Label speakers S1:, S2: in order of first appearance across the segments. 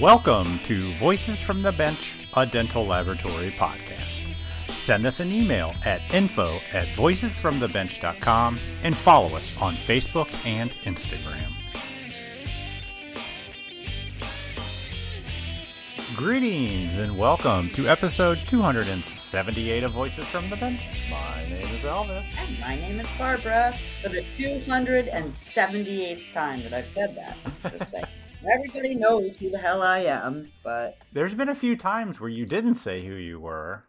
S1: Welcome to Voices from the Bench, a dental laboratory podcast. Send us an email at info at voicesfromthebench.com and follow us on Facebook and Instagram. Greetings and welcome to episode 278 of Voices from the Bench. My name is Elvis.
S2: And my name is Barbara. For the 278th time that I've said that, just say everybody knows who the hell I am, but
S1: There's been a few times where you didn't say who you were,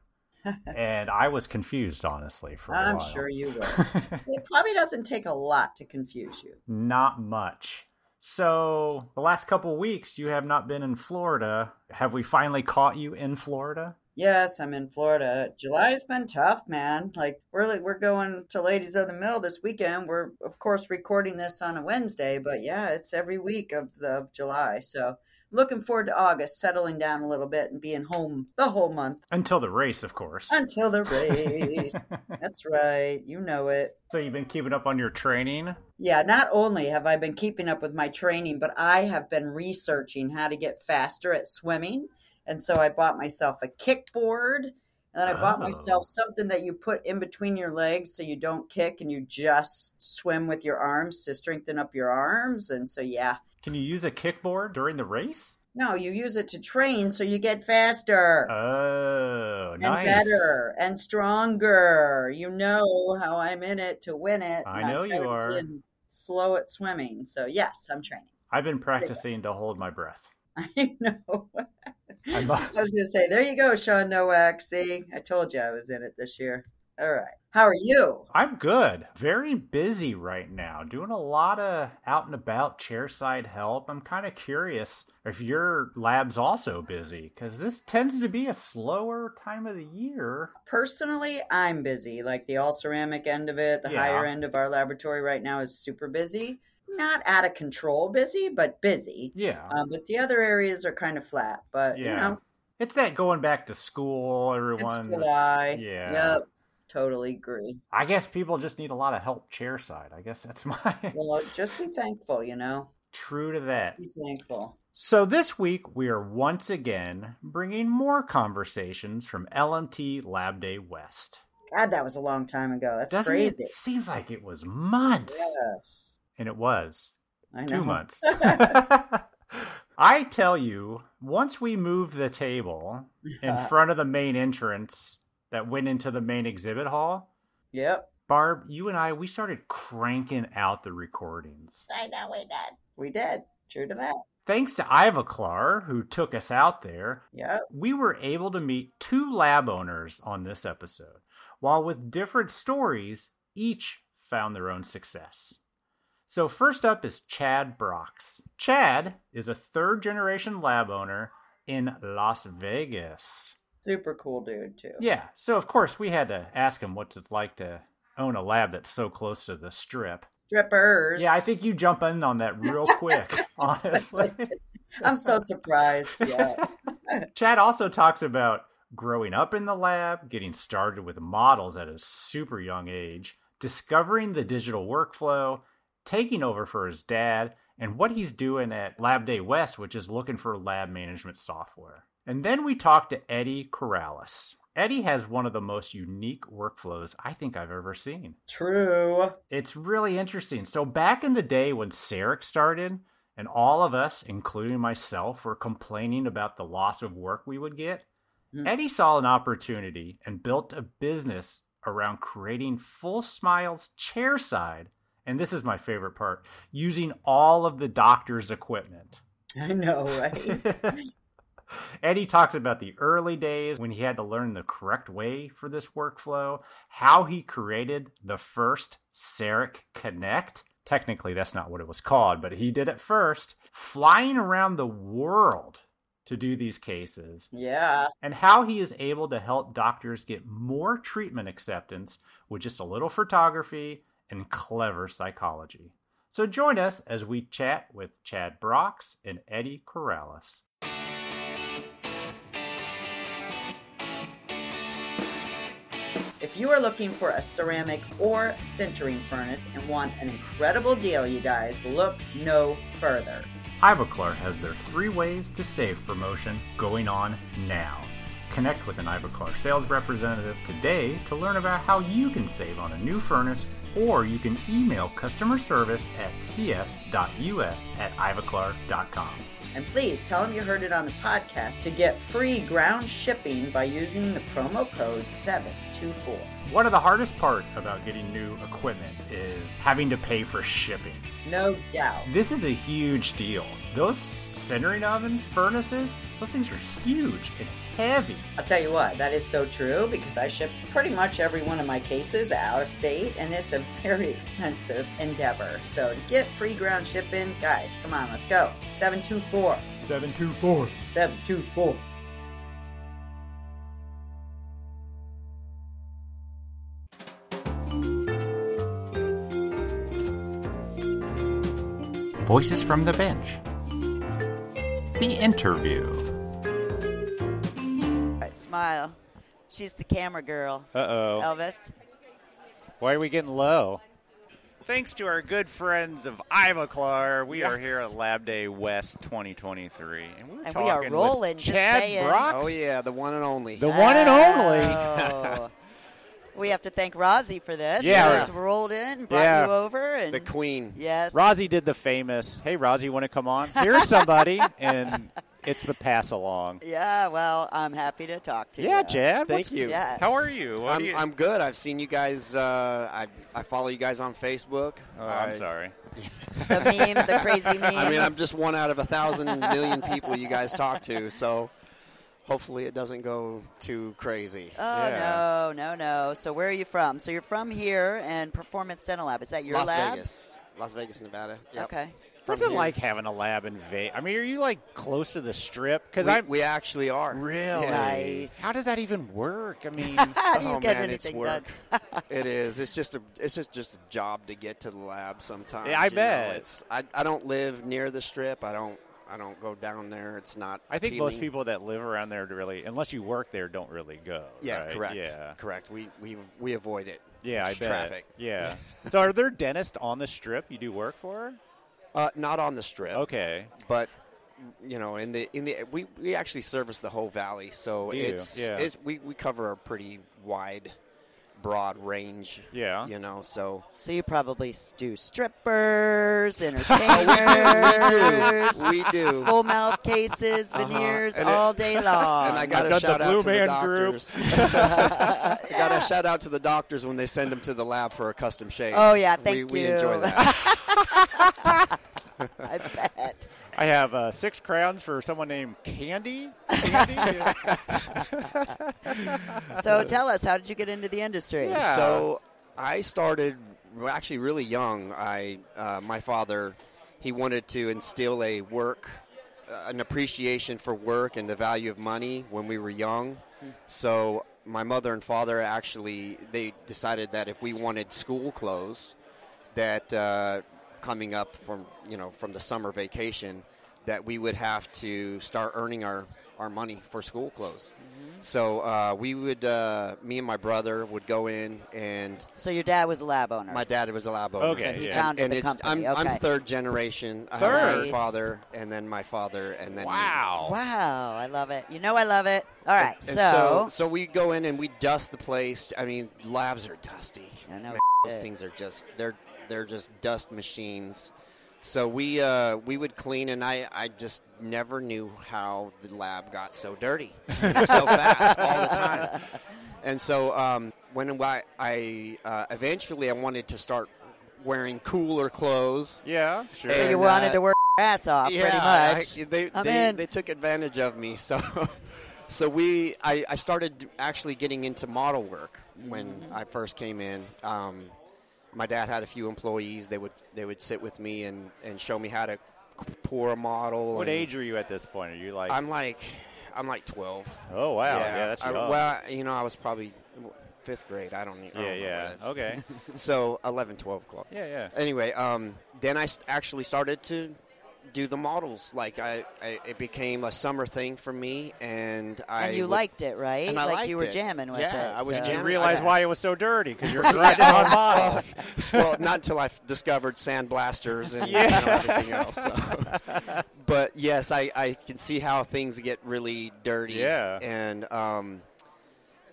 S1: and I was confused, honestly, for a
S2: I'm
S1: while.
S2: sure you will. it probably doesn't take a lot to confuse you.
S1: Not much. So, the last couple weeks, you have not been in Florida. Have we finally caught you in Florida?
S2: Yes, I'm in Florida. July's been tough, man. Like we're like, we're going to Ladies of the Mill this weekend. We're of course recording this on a Wednesday, but yeah, it's every week of the of July. So looking forward to August, settling down a little bit and being home the whole month
S1: Until the race, of course.
S2: until the race. That's right. You know it.
S1: so, you've been keeping up on your training?
S2: Yeah, not only have I been keeping up with my training, but I have been researching how to get faster at swimming. And so I bought myself a kickboard. And then I bought
S1: Oh.
S2: myself something that you put in between your legs so you don't kick and you just swim with your arms to strengthen up your arms. And so, yeah,
S1: Can you use a kickboard during the race?
S2: no, you use it to train so you get faster.
S1: Oh,
S2: and
S1: nice.
S2: better and stronger. You know how I'm in it to win it.
S1: I
S2: and I'm
S1: know you
S2: tired of
S1: are.
S2: being slow at swimming. So yes, I'm training.
S1: I've been practicing to hold my breath.
S2: I know.
S1: I love-
S2: I was going to say, there you go, Sean Nowak. See, I told you I was in it this year. All right. How are you?
S1: I'm good. Very busy right now, doing a lot of out and about chairside help. I'm kind of curious if your lab's also busy because this tends to be a slower time of the year.
S2: Personally, I'm busy. Like the all ceramic end of it, the
S1: Yeah.
S2: higher end of our laboratory right now is super busy. Not out of control busy, but busy.
S1: Yeah.
S2: Um, but the other areas are kind of flat. But, you
S1: Uh-huh. Yeah.
S2: know,
S1: It's that going back to school, everyone.
S2: it's July.
S1: Yeah.
S2: Yep. Totally agree.
S1: I guess people just need a lot of help chairside. I guess that's my
S2: Well, just be thankful, you know?
S1: true to that.
S2: Be thankful.
S1: So, this week we are once again bringing more conversations from LMT Lab Day West.
S2: God, that was a long time ago. That's
S1: Doesn't
S2: crazy.
S1: it seem like it was months?
S2: Yes.
S1: And it was
S2: I know.
S1: two months. I tell you, once we moved the table in front of the main entrance that went into the main exhibit hall,
S2: Yep.
S1: Barb, you and I, we started cranking out the recordings.
S2: I know we did. We did. True to that.
S1: Thanks to Iva Clar, who took us out there,
S2: Yep.
S1: we were able to meet two lab owners on this episode. While with different stories, each found their own success. So, first up is Chad Brox. Chad is a third generation lab owner in Las Vegas.
S2: Super cool dude too.
S1: Yeah, so of course we had to ask him what it's like to own a lab that's so close to the strip.
S2: Strippers.
S1: Yeah, I think you jump in on that real quick, honestly.
S2: I'm so surprised. Yeah.
S1: Chad also talks about growing up in the lab, getting started with models at a super young age, discovering the digital workflow, taking over for his dad, and what he's doing at Lab Day West, which is looking for lab management software. And then we talked to Eddie Corrales. Eddie has one of the most unique workflows I think I've ever seen.
S2: True.
S1: It's really interesting. So back in the day when Sarek started, and all of us, including myself, were complaining about the loss of work we would get,
S2: Mm.
S1: Eddie saw an opportunity and built a business around creating Full Smiles chairside. And this is my favorite part using all of the doctor's equipment.
S2: I know, right?
S1: Eddie talks about the early days when he had to learn the correct way for this workflow, how he created the first Seric Connect. Technically, that's not what it was called, but he did it first, flying around the world to do these cases,
S2: yeah.
S1: and how he is able to help doctors get more treatment acceptance with just a little photography and clever psychology. So join us as we chat with Chad Brox and Eddie Corrales.
S2: If you are looking for a ceramic or sintering furnace and want an incredible deal, you guys, look no further.
S3: Ivoclar has their three ways to save promotion going on now. Connect with an Ivoclar sales representative today to learn about how you can save on a new furnace, or you can email customer service at cs.us at ivoclar.com.
S4: And please tell them you heard it on the podcast to get free ground shipping by using the promo code 724.
S3: One of the hardest part about getting new equipment is having to pay for shipping.
S4: No doubt.
S3: This is a huge deal. Those centering ovens, furnaces, those things are huge and heavy.
S4: I'll tell you what, that is so true because I ship pretty much every one of my cases out of state and it's a very expensive endeavor. So to get free ground shipping, guys, come on, let's go. 724.
S3: 724.
S4: 724.
S3: Voices from the Bench. The Interview.
S2: Right, smile. She's the camera girl.
S1: Uh oh.
S2: Elvis.
S1: Why are we getting low?
S5: Thanks to our good friends of Ivoclar, we are
S2: Yes.
S5: here at Lab Day West 2023, and we're
S2: And we
S5: talking
S2: are
S5: with
S2: rolling, just
S5: Chad
S2: saying.
S5: Brox.
S6: Oh yeah, the one and only.
S1: The one and only.
S2: Oh. we have to thank Rozzy for this.
S1: Yeah.
S2: She just rolled in, brought
S1: Yeah.
S2: you over, and
S6: the queen.
S2: yes,
S1: Rozzy did the famous, hey, Rozzy, want to come on? Here's somebody. and it's the pass along.
S2: Yeah, well, I'm happy to talk to you.
S1: Yeah, Chad.
S6: Thank
S1: what's-
S6: you.
S2: Yes.
S5: How are you? What
S6: I'm,
S5: do you-
S6: I'm good. I've seen you guys. Uh, I I follow you guys on Facebook.
S5: Oh,
S6: I,
S5: I'm sorry.
S2: The meme, the crazy meme.
S6: I mean, I'm just one out of a thousand million people you guys talk to. So hopefully it doesn't go too crazy.
S2: Oh
S5: Yeah.
S2: no, no, no. So where are you from? So you're from here and Performance Dental Lab. Is that your
S6: Las
S2: lab?
S6: Vegas, Las Vegas, Nevada. Yep.
S2: Okay.
S6: From
S1: What's it
S6: here.
S1: like having a lab in Vegas? I mean, are you like close to the strip? Because
S6: We,
S1: I'm.
S6: we actually are.
S1: really?
S2: Nice.
S1: How does that even work? I mean,
S2: How do you
S6: oh
S2: get
S6: man, it's
S2: anything
S6: work.
S2: done?
S6: it is. It's just a. It's just just a job to get to the lab sometimes.
S1: Yeah, I
S6: you know.
S1: bet.
S6: It's. I, I don't live near the strip. I don't. I don't go down there. It's not.
S1: I think most
S6: appealing.
S1: people that live around there really, unless you work there, don't really go.
S6: Yeah,
S1: right?
S6: correct.
S1: Yeah.
S6: Correct. We we we avoid it.
S1: Yeah, I
S6: It's
S1: bet.
S6: Traffic.
S1: Yeah. so, are there dentists on the strip you do work for?
S6: Uh, not on the strip.
S1: Okay.
S6: But you know, in the in the we, we actually service the whole valley, so
S1: Do you?
S6: it's,
S1: Yeah.
S6: it's we we cover a pretty wide, broad range.
S1: Yeah.
S6: You know, so
S2: So you probably s- do strippers,
S6: we
S2: entertainers,
S6: do. We do.
S2: full mouth cases, veneers,
S6: And it-
S2: all day long.
S6: And I
S1: Uh, I've
S6: got
S1: got
S6: to
S1: the
S6: shout out
S1: Blue
S6: to the
S1: Man Group.
S6: doctors. I got to shout out to the doctors when they send them to the lab for a custom shave.
S2: Oh, yeah,
S6: We-
S2: thank
S6: we,
S2: you.
S6: enjoy that.
S2: I bet.
S1: I have uh, six crowns for someone named Candy. Candy? Yeah.
S2: So tell us, how did you get into the industry?
S1: Yeah.
S6: So I started well, actually really young. I uh, my father he wanted to instill a work uh, an appreciation for work and the value of money when we were young. So my mother and father actually they decided that if we wanted school clothes that uh, coming up from you know from the summer vacation that we would have to start earning our our money for school clothes.
S2: Mm-hmm.
S6: So uh, we would, uh, me and my brother would go in, and
S2: So your dad was a lab owner.
S6: my dad was a lab owner.
S1: Okay, So he yeah.
S2: founded
S6: and
S2: the
S6: it's,
S2: company,
S6: I'm,
S2: okay.
S6: I'm third generation. I
S1: Third?
S6: have my
S2: Nice.
S6: father, and then my father, and then me.
S1: wow.
S2: wow, I love it. You know I love it. All right,
S6: And
S2: so,
S6: so, so we go in and we dust the place. I mean, labs are dusty.
S2: I know
S6: Man, those
S2: shit.
S6: things are just they're they're just dust machines. So we uh, we would clean, and I, I just never knew how the lab got so dirty so fast all the time. And so um, when I, I uh, eventually I wanted to start wearing cooler clothes.
S1: Yeah, sure.
S2: so you
S6: and,
S2: wanted
S6: uh,
S2: to work your ass off,
S6: Yeah,
S2: pretty much.
S6: I- they,
S2: I'm
S6: they,
S2: in.
S6: they took advantage of me. So, so we, I, I started actually getting into model work when
S2: Mm-hmm.
S6: I first came in. Um, my dad had a few employees. They would they would sit with me and, and show me how to pour a model.
S1: What
S6: and
S1: age are you at this point? Are you like,
S6: I'm like, I'm like twelve.
S1: oh, wow. Yeah, that's
S6: I-
S1: young.
S6: well, you know, I was probably fifth grade. I don't. I don't
S1: yeah,
S6: know
S1: yeah.
S6: what it is.
S1: Okay.
S6: So 11, 12 o'clock
S1: Yeah, yeah.
S6: anyway, um, then I s- actually started to do the models. Like I, I it became a summer thing for me, and I
S2: And you
S6: would-
S2: liked it, right?
S6: and I
S2: like
S6: liked
S2: you were
S6: it.
S2: jamming with
S6: Yeah,
S2: it.
S6: I Oh. was
S2: so-
S6: jamming-
S1: You realize
S6: Yeah.
S1: why it was so dirty because you're grinding on models.
S6: well, not until I f- discovered sandblasters and you know, everything else. so. but yes, I, I can see how things get really dirty.
S1: Yeah.
S6: and um,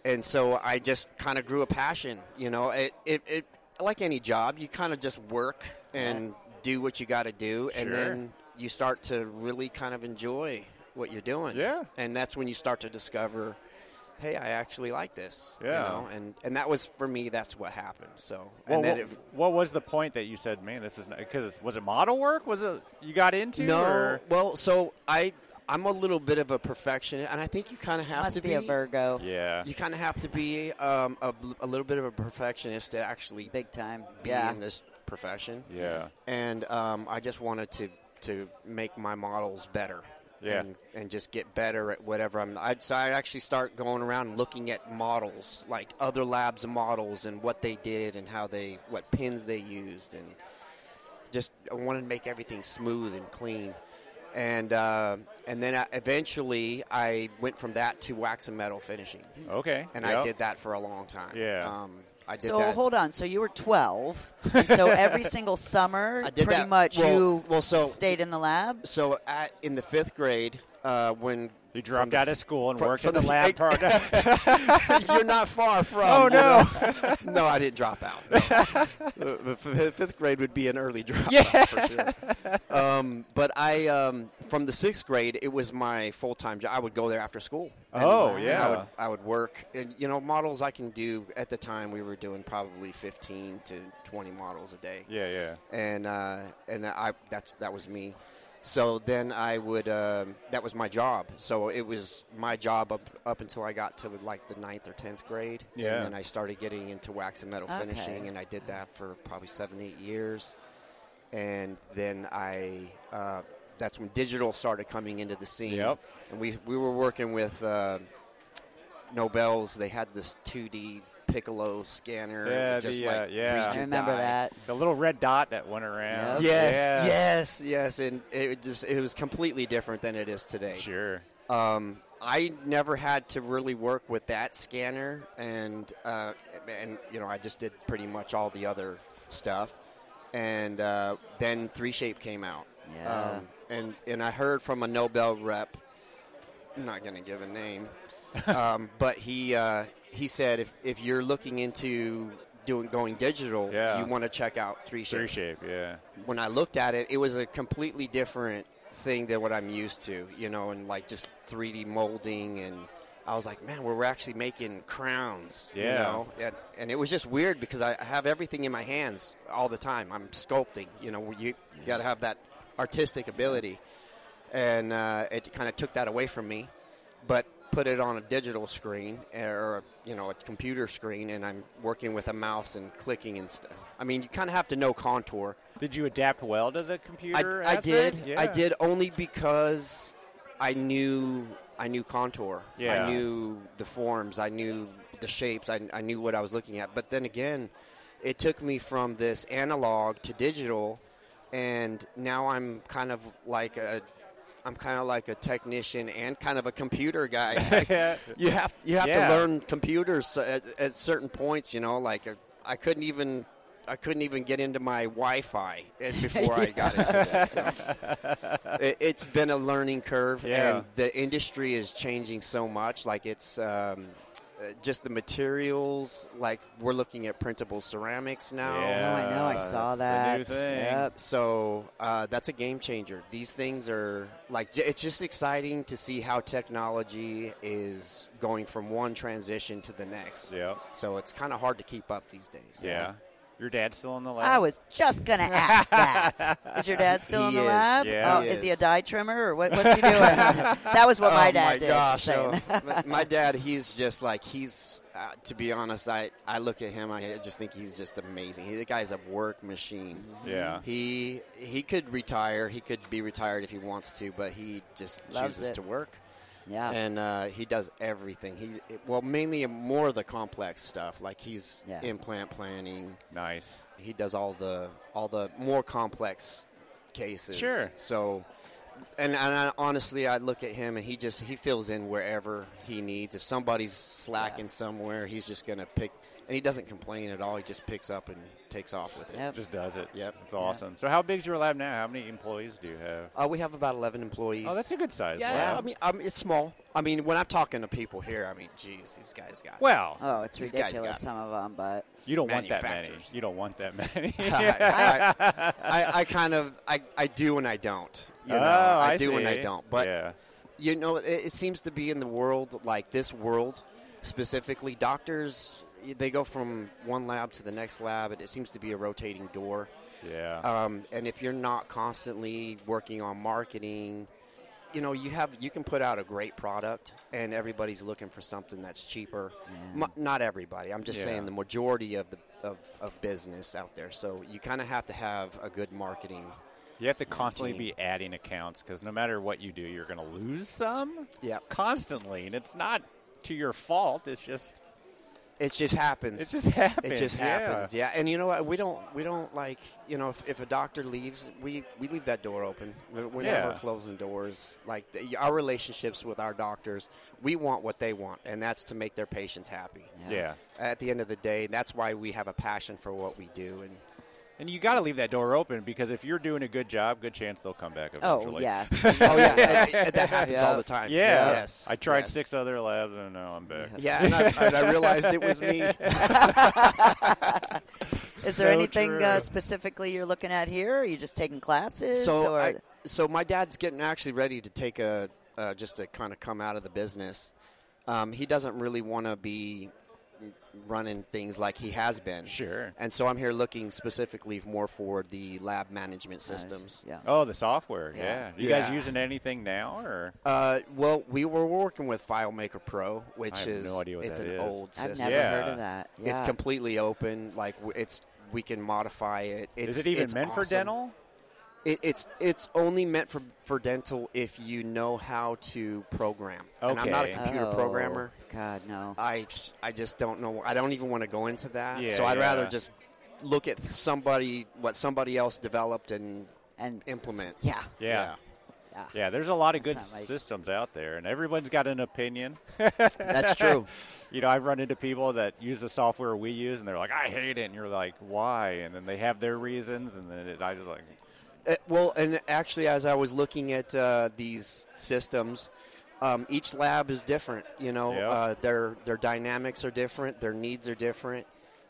S6: and so I just kind of grew a passion. You know, it it, it like any job, you kind of just work and do what you got to do, and
S1: Sure.
S6: then you start to really kind of enjoy what you're doing.
S1: Yeah.
S6: and that's when you start to discover. Hey, I actually like this. you
S1: Yeah.
S6: know? and and that was for me. That's what happened. So,
S1: Well,
S6: and then
S1: what,
S6: it,
S1: what was the point that you said, man, this is because was it model work? Was it you got into?
S6: No,
S1: or-
S6: well, so I I'm a little bit of a perfectionist, and I think you kind of have to
S2: Must be a Virgo.
S1: yeah,
S6: You kind of have to be um, a, bl- a little bit of a perfectionist to actually
S2: Big time.
S6: be
S2: yeah.
S6: in this profession.
S1: yeah,
S6: And um, I just wanted to to make my models better.
S1: Yeah.
S6: And, and just get better at whatever I'm. I'd, so I actually start going around looking at models, like other labs' models, and what they did, and how they, what pins they used, and just I wanted to make everything smooth and clean. And uh, and then I, eventually I went from that to wax and metal finishing,
S1: okay,
S6: and I
S1: Yep.
S6: did that for a long time.
S1: Yeah.
S6: Um, I did
S2: So
S6: that.
S2: hold on. So you were 12, and so every single summer,
S6: I did
S2: pretty
S6: that-
S2: much
S6: well-
S2: you
S6: well, so-
S2: stayed in the lab.
S6: so at, in the fifth grade, uh, when
S1: You dropped out of school and
S6: from-
S1: worked
S6: from
S1: in the,
S6: the-
S1: lab part.
S6: You're not far from. Oh no, no, I didn't drop out. No. Uh, f- f- Fifth grade would be an early drop for sure. Um, but I, um, from the sixth grade, it was my full time job. I would go there after school. And,
S1: Oh,
S6: uh, and
S1: yeah.
S6: I would, I would work, and you know, models I can do at the time we were doing probably 15 to 20 models a day
S1: yeah, yeah.
S6: and uh, and I that's that was me. So then I would um that was my job. So it was my job up up until I got to like the ninth or tenth grade.
S1: Yeah.
S6: And then I started getting into wax and metal
S2: Okay.
S6: finishing, and I did that for probably seven eight years. And then I uh, that's when digital started coming into the scene.
S1: Yep.
S6: And we we were working with. Uh, Nobels, they had this 2D Piccolo scanner.
S1: Yeah,
S6: just
S1: the,
S6: like
S1: uh, yeah.
S6: read
S2: I
S6: your
S2: remember
S6: die.
S2: that.
S1: The little red dot that went around.
S6: Yes,
S1: Yeah.
S6: yes, yes, and it just it was completely different than it is today.
S1: Sure.
S6: Um, I never had to really work with that scanner, and uh, and you know I just did pretty much all the other stuff, and uh, then Three Shape came out,
S2: Yeah.
S6: um, and and I heard from a Nobel rep, I'm not going to give a name, um, but he uh, he said if if you're looking into doing going digital,
S1: Yeah.
S6: you want to check out Three Shape
S1: Three shape. Yeah.
S6: when I looked at it, it was a completely different thing than what I'm used to, you know, and like just 3D molding. And I was like, man, we're actually making crowns, you
S1: Yeah.
S6: know. And, and it was just weird because I I have everything in my hands all the time. I'm sculpting, you know, you, you got to have that artistic ability. And uh, it kind of took that away from me, but put it on a digital screen eh, or, you know, a computer screen, and I'm working with a mouse and clicking and stuff. I mean, you kind of have to know contour.
S1: Did you adapt well to the computer?
S6: I, I
S1: aspect?
S6: did.
S1: Yeah.
S6: I did only because I knew I knew contour.
S1: Yes.
S6: I knew the forms. I knew the shapes. I, I knew what I was looking at. But then again, it took me from this analog to digital, and now I'm kind of like a. I'm kind of like a technician and kind of a computer guy.
S1: Yeah.
S6: you have you have
S1: Yeah.
S6: to learn computers at, at certain points. You know, like uh, I couldn't even I couldn't even get into my Wi-Fi it- before I got into this. So. It, it's been a learning curve,
S1: Yeah.
S6: and the industry is changing so much. Like it's. Um, uh, just the materials, like we're looking at printable ceramics now.
S1: Yeah,
S2: oh, I know. I saw that.
S1: that's the new thing.
S2: Yep.
S6: So uh, that's a game changer. These things are like j- it's just exciting to see how technology is going from one transition to the next.
S1: Yep.
S6: So it's kind of hard to keep up these days.
S1: Yeah. Your dad's still in the lab.
S2: I was just gonna ask that. Is your dad still in
S6: He
S2: the
S6: is.
S2: lab?
S1: Yeah.
S2: oh,
S6: He
S2: is. he a
S6: is.
S2: dye trimmer or what, what's he doing? that was what my
S6: oh
S2: dad
S6: my
S2: did. just
S6: gosh!
S2: saying.
S6: oh, my- my dad, he's just like he's. Uh, to be honest, I I look at him. I just think he's just amazing. He, the guy's a work machine.
S1: Yeah.
S6: He he could retire. He could be retired if he wants to, but he just
S2: Loves
S6: chooses
S2: it.
S6: to work.
S2: yeah.
S6: and uh, he does everything. He it- well, mainly more of the complex stuff. Like he's
S2: Yeah.
S6: implant planning.
S1: Nice.
S6: He does all the all the more complex cases.
S1: Sure.
S6: So, and, and I, honestly, I look at him and he just he fills in wherever he needs. If somebody's slacking somewhere, he's just gonna pick, and he doesn't complain at all. He just picks up and takes off with it.
S2: Yep.
S1: Just does it.
S6: Yep.
S1: It's awesome. So how big's your lab now? How many employees do you have?
S6: Uh, we have about eleven employees.
S1: Oh, that's a good size.
S6: yeah.
S1: lab.
S6: I mean, um, it's small. I mean, when I'm talking to people here, I mean, geez, these guys got.
S1: well,
S2: Oh, it's
S6: These guys
S2: ridiculous, some
S6: got-
S2: of them, but
S1: you don't want that many.
S6: uh, manufacturers.
S1: You don't want that many.
S6: I, I, I kind of I, I do and I don't. You know,
S1: Oh,
S6: I,
S1: I
S6: do and I
S1: see.
S6: don't. But
S1: Yeah.
S6: you know, it, it seems to be in the world like this world specifically. Doctors they go from one lab to the next lab. It, it seems to be a rotating door.
S1: yeah.
S6: Um, and if you're not constantly working on marketing, you know you have you can put out a great product, and everybody's looking for something that's cheaper. Mo- not everybody. I'm just
S1: Mm-hmm. Yeah.
S6: saying the majority of the of, of business out there. So you kind of have to have a good marketing.
S1: You have to constantly
S6: team.
S1: be adding accounts because no matter what you do, you're going to lose some.
S6: Yep.
S1: Constantly, and it's not to your fault. It's just
S6: It just happens.
S1: it just happens.
S6: It just
S1: Yeah.
S6: happens. Yeah. And you know what? We don't we don't like you know if, if a doctor leaves, we we leave that door open. We're, we're
S1: Yeah.
S6: never closing doors. Like the, our relationships with our doctors, we want what they want, and that's to make their patients happy.
S1: Yeah.
S6: At the end of the day, that's why we have a passion for what we do, and
S1: And you got to leave that door open because if you're doing a good job, good chance they'll come back eventually.
S2: oh yes,
S6: oh yeah, and- and that happens all the time.
S1: Yeah.
S6: Yes.
S1: I tried
S6: Yes.
S1: six other labs and now I'm back.
S6: Yeah, and I, and I realized it was me.
S2: Is
S1: So
S2: there anything uh,
S1: true.
S2: specifically you're looking at here? Are you just taking classes?
S6: so
S2: or
S6: I, so my dad's getting actually ready to take a uh, just to kind of come out of the business. Um, he doesn't really want to be running things like he has been.
S1: Sure.
S6: And so I'm here looking specifically more for the lab management uh, systems.
S2: Yeah.
S1: Oh, the software. Yeah. You guys
S6: Yeah.
S1: using anything now or?
S6: Uh, well, we were working with FileMaker Pro, which
S1: I have
S6: is
S1: no idea what
S6: it's
S1: that
S6: an
S1: is.
S6: old system.
S2: I've never
S1: Yeah.
S2: heard of that. Yeah.
S6: It's completely open. Like w- it's we can modify it. It's,
S1: is it even
S6: it's
S1: meant for
S6: awesome.
S1: dental?
S6: It, it's it's only meant for, for dental if you know how to program. And I'm not a
S1: Okay.
S6: computer
S2: Oh,
S6: programmer. Uh,
S2: God no.
S6: I I just don't know. I don't even want to go into that.
S1: Yeah,
S6: so I'd rather
S1: yeah.
S6: just look at somebody what somebody else developed and
S2: and
S6: implement.
S2: yeah,
S1: Yeah.
S2: Yeah.
S1: Yeah, there's a lot of good
S2: That's not like-
S1: systems out there, and everyone's got an opinion.
S6: That's true.
S1: you know, I've run into people that use the software we use, and they're like, "I hate it," and you're like, "Why?" And then they have their reasons, and then it, I just like,
S6: Uh, well, and actually, as I was looking at uh, these systems, um, each lab is different. You know,
S1: Yeah.
S6: uh, their their dynamics are different, their needs are different,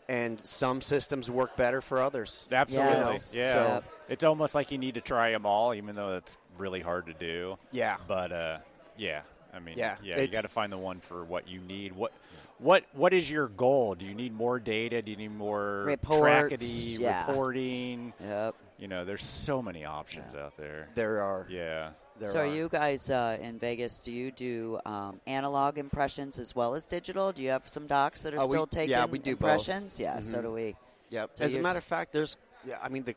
S6: and some systems work better for others.
S1: absolutely,
S2: Yes.
S1: yeah.
S2: So-
S1: It's almost like you need to try them all, even though it's really hard to do.
S6: Yeah.
S1: But uh, yeah, I mean,
S6: Yeah,
S1: you
S6: it's-
S1: got to find the one for what you need. What, what, what is your goal? Do you need more data? Do you need more
S2: Reports,
S1: trackity,
S2: yeah.
S1: reporting?
S2: Yep.
S1: You know, there's so many options out there.
S6: There are.
S1: Yeah.
S6: There
S2: so
S6: are.
S2: are you guys uh, in Vegas? Do you do um, analog impressions as well as digital? Do you have some docs that are
S6: Uh, we-
S2: still taking
S6: yeah, we do both. Mm-hmm.
S2: impressions? Yeah, so do we.
S6: Yep.
S2: So
S6: As a
S2: you're
S6: matter
S2: s-
S6: of fact, there's. Yeah, I mean the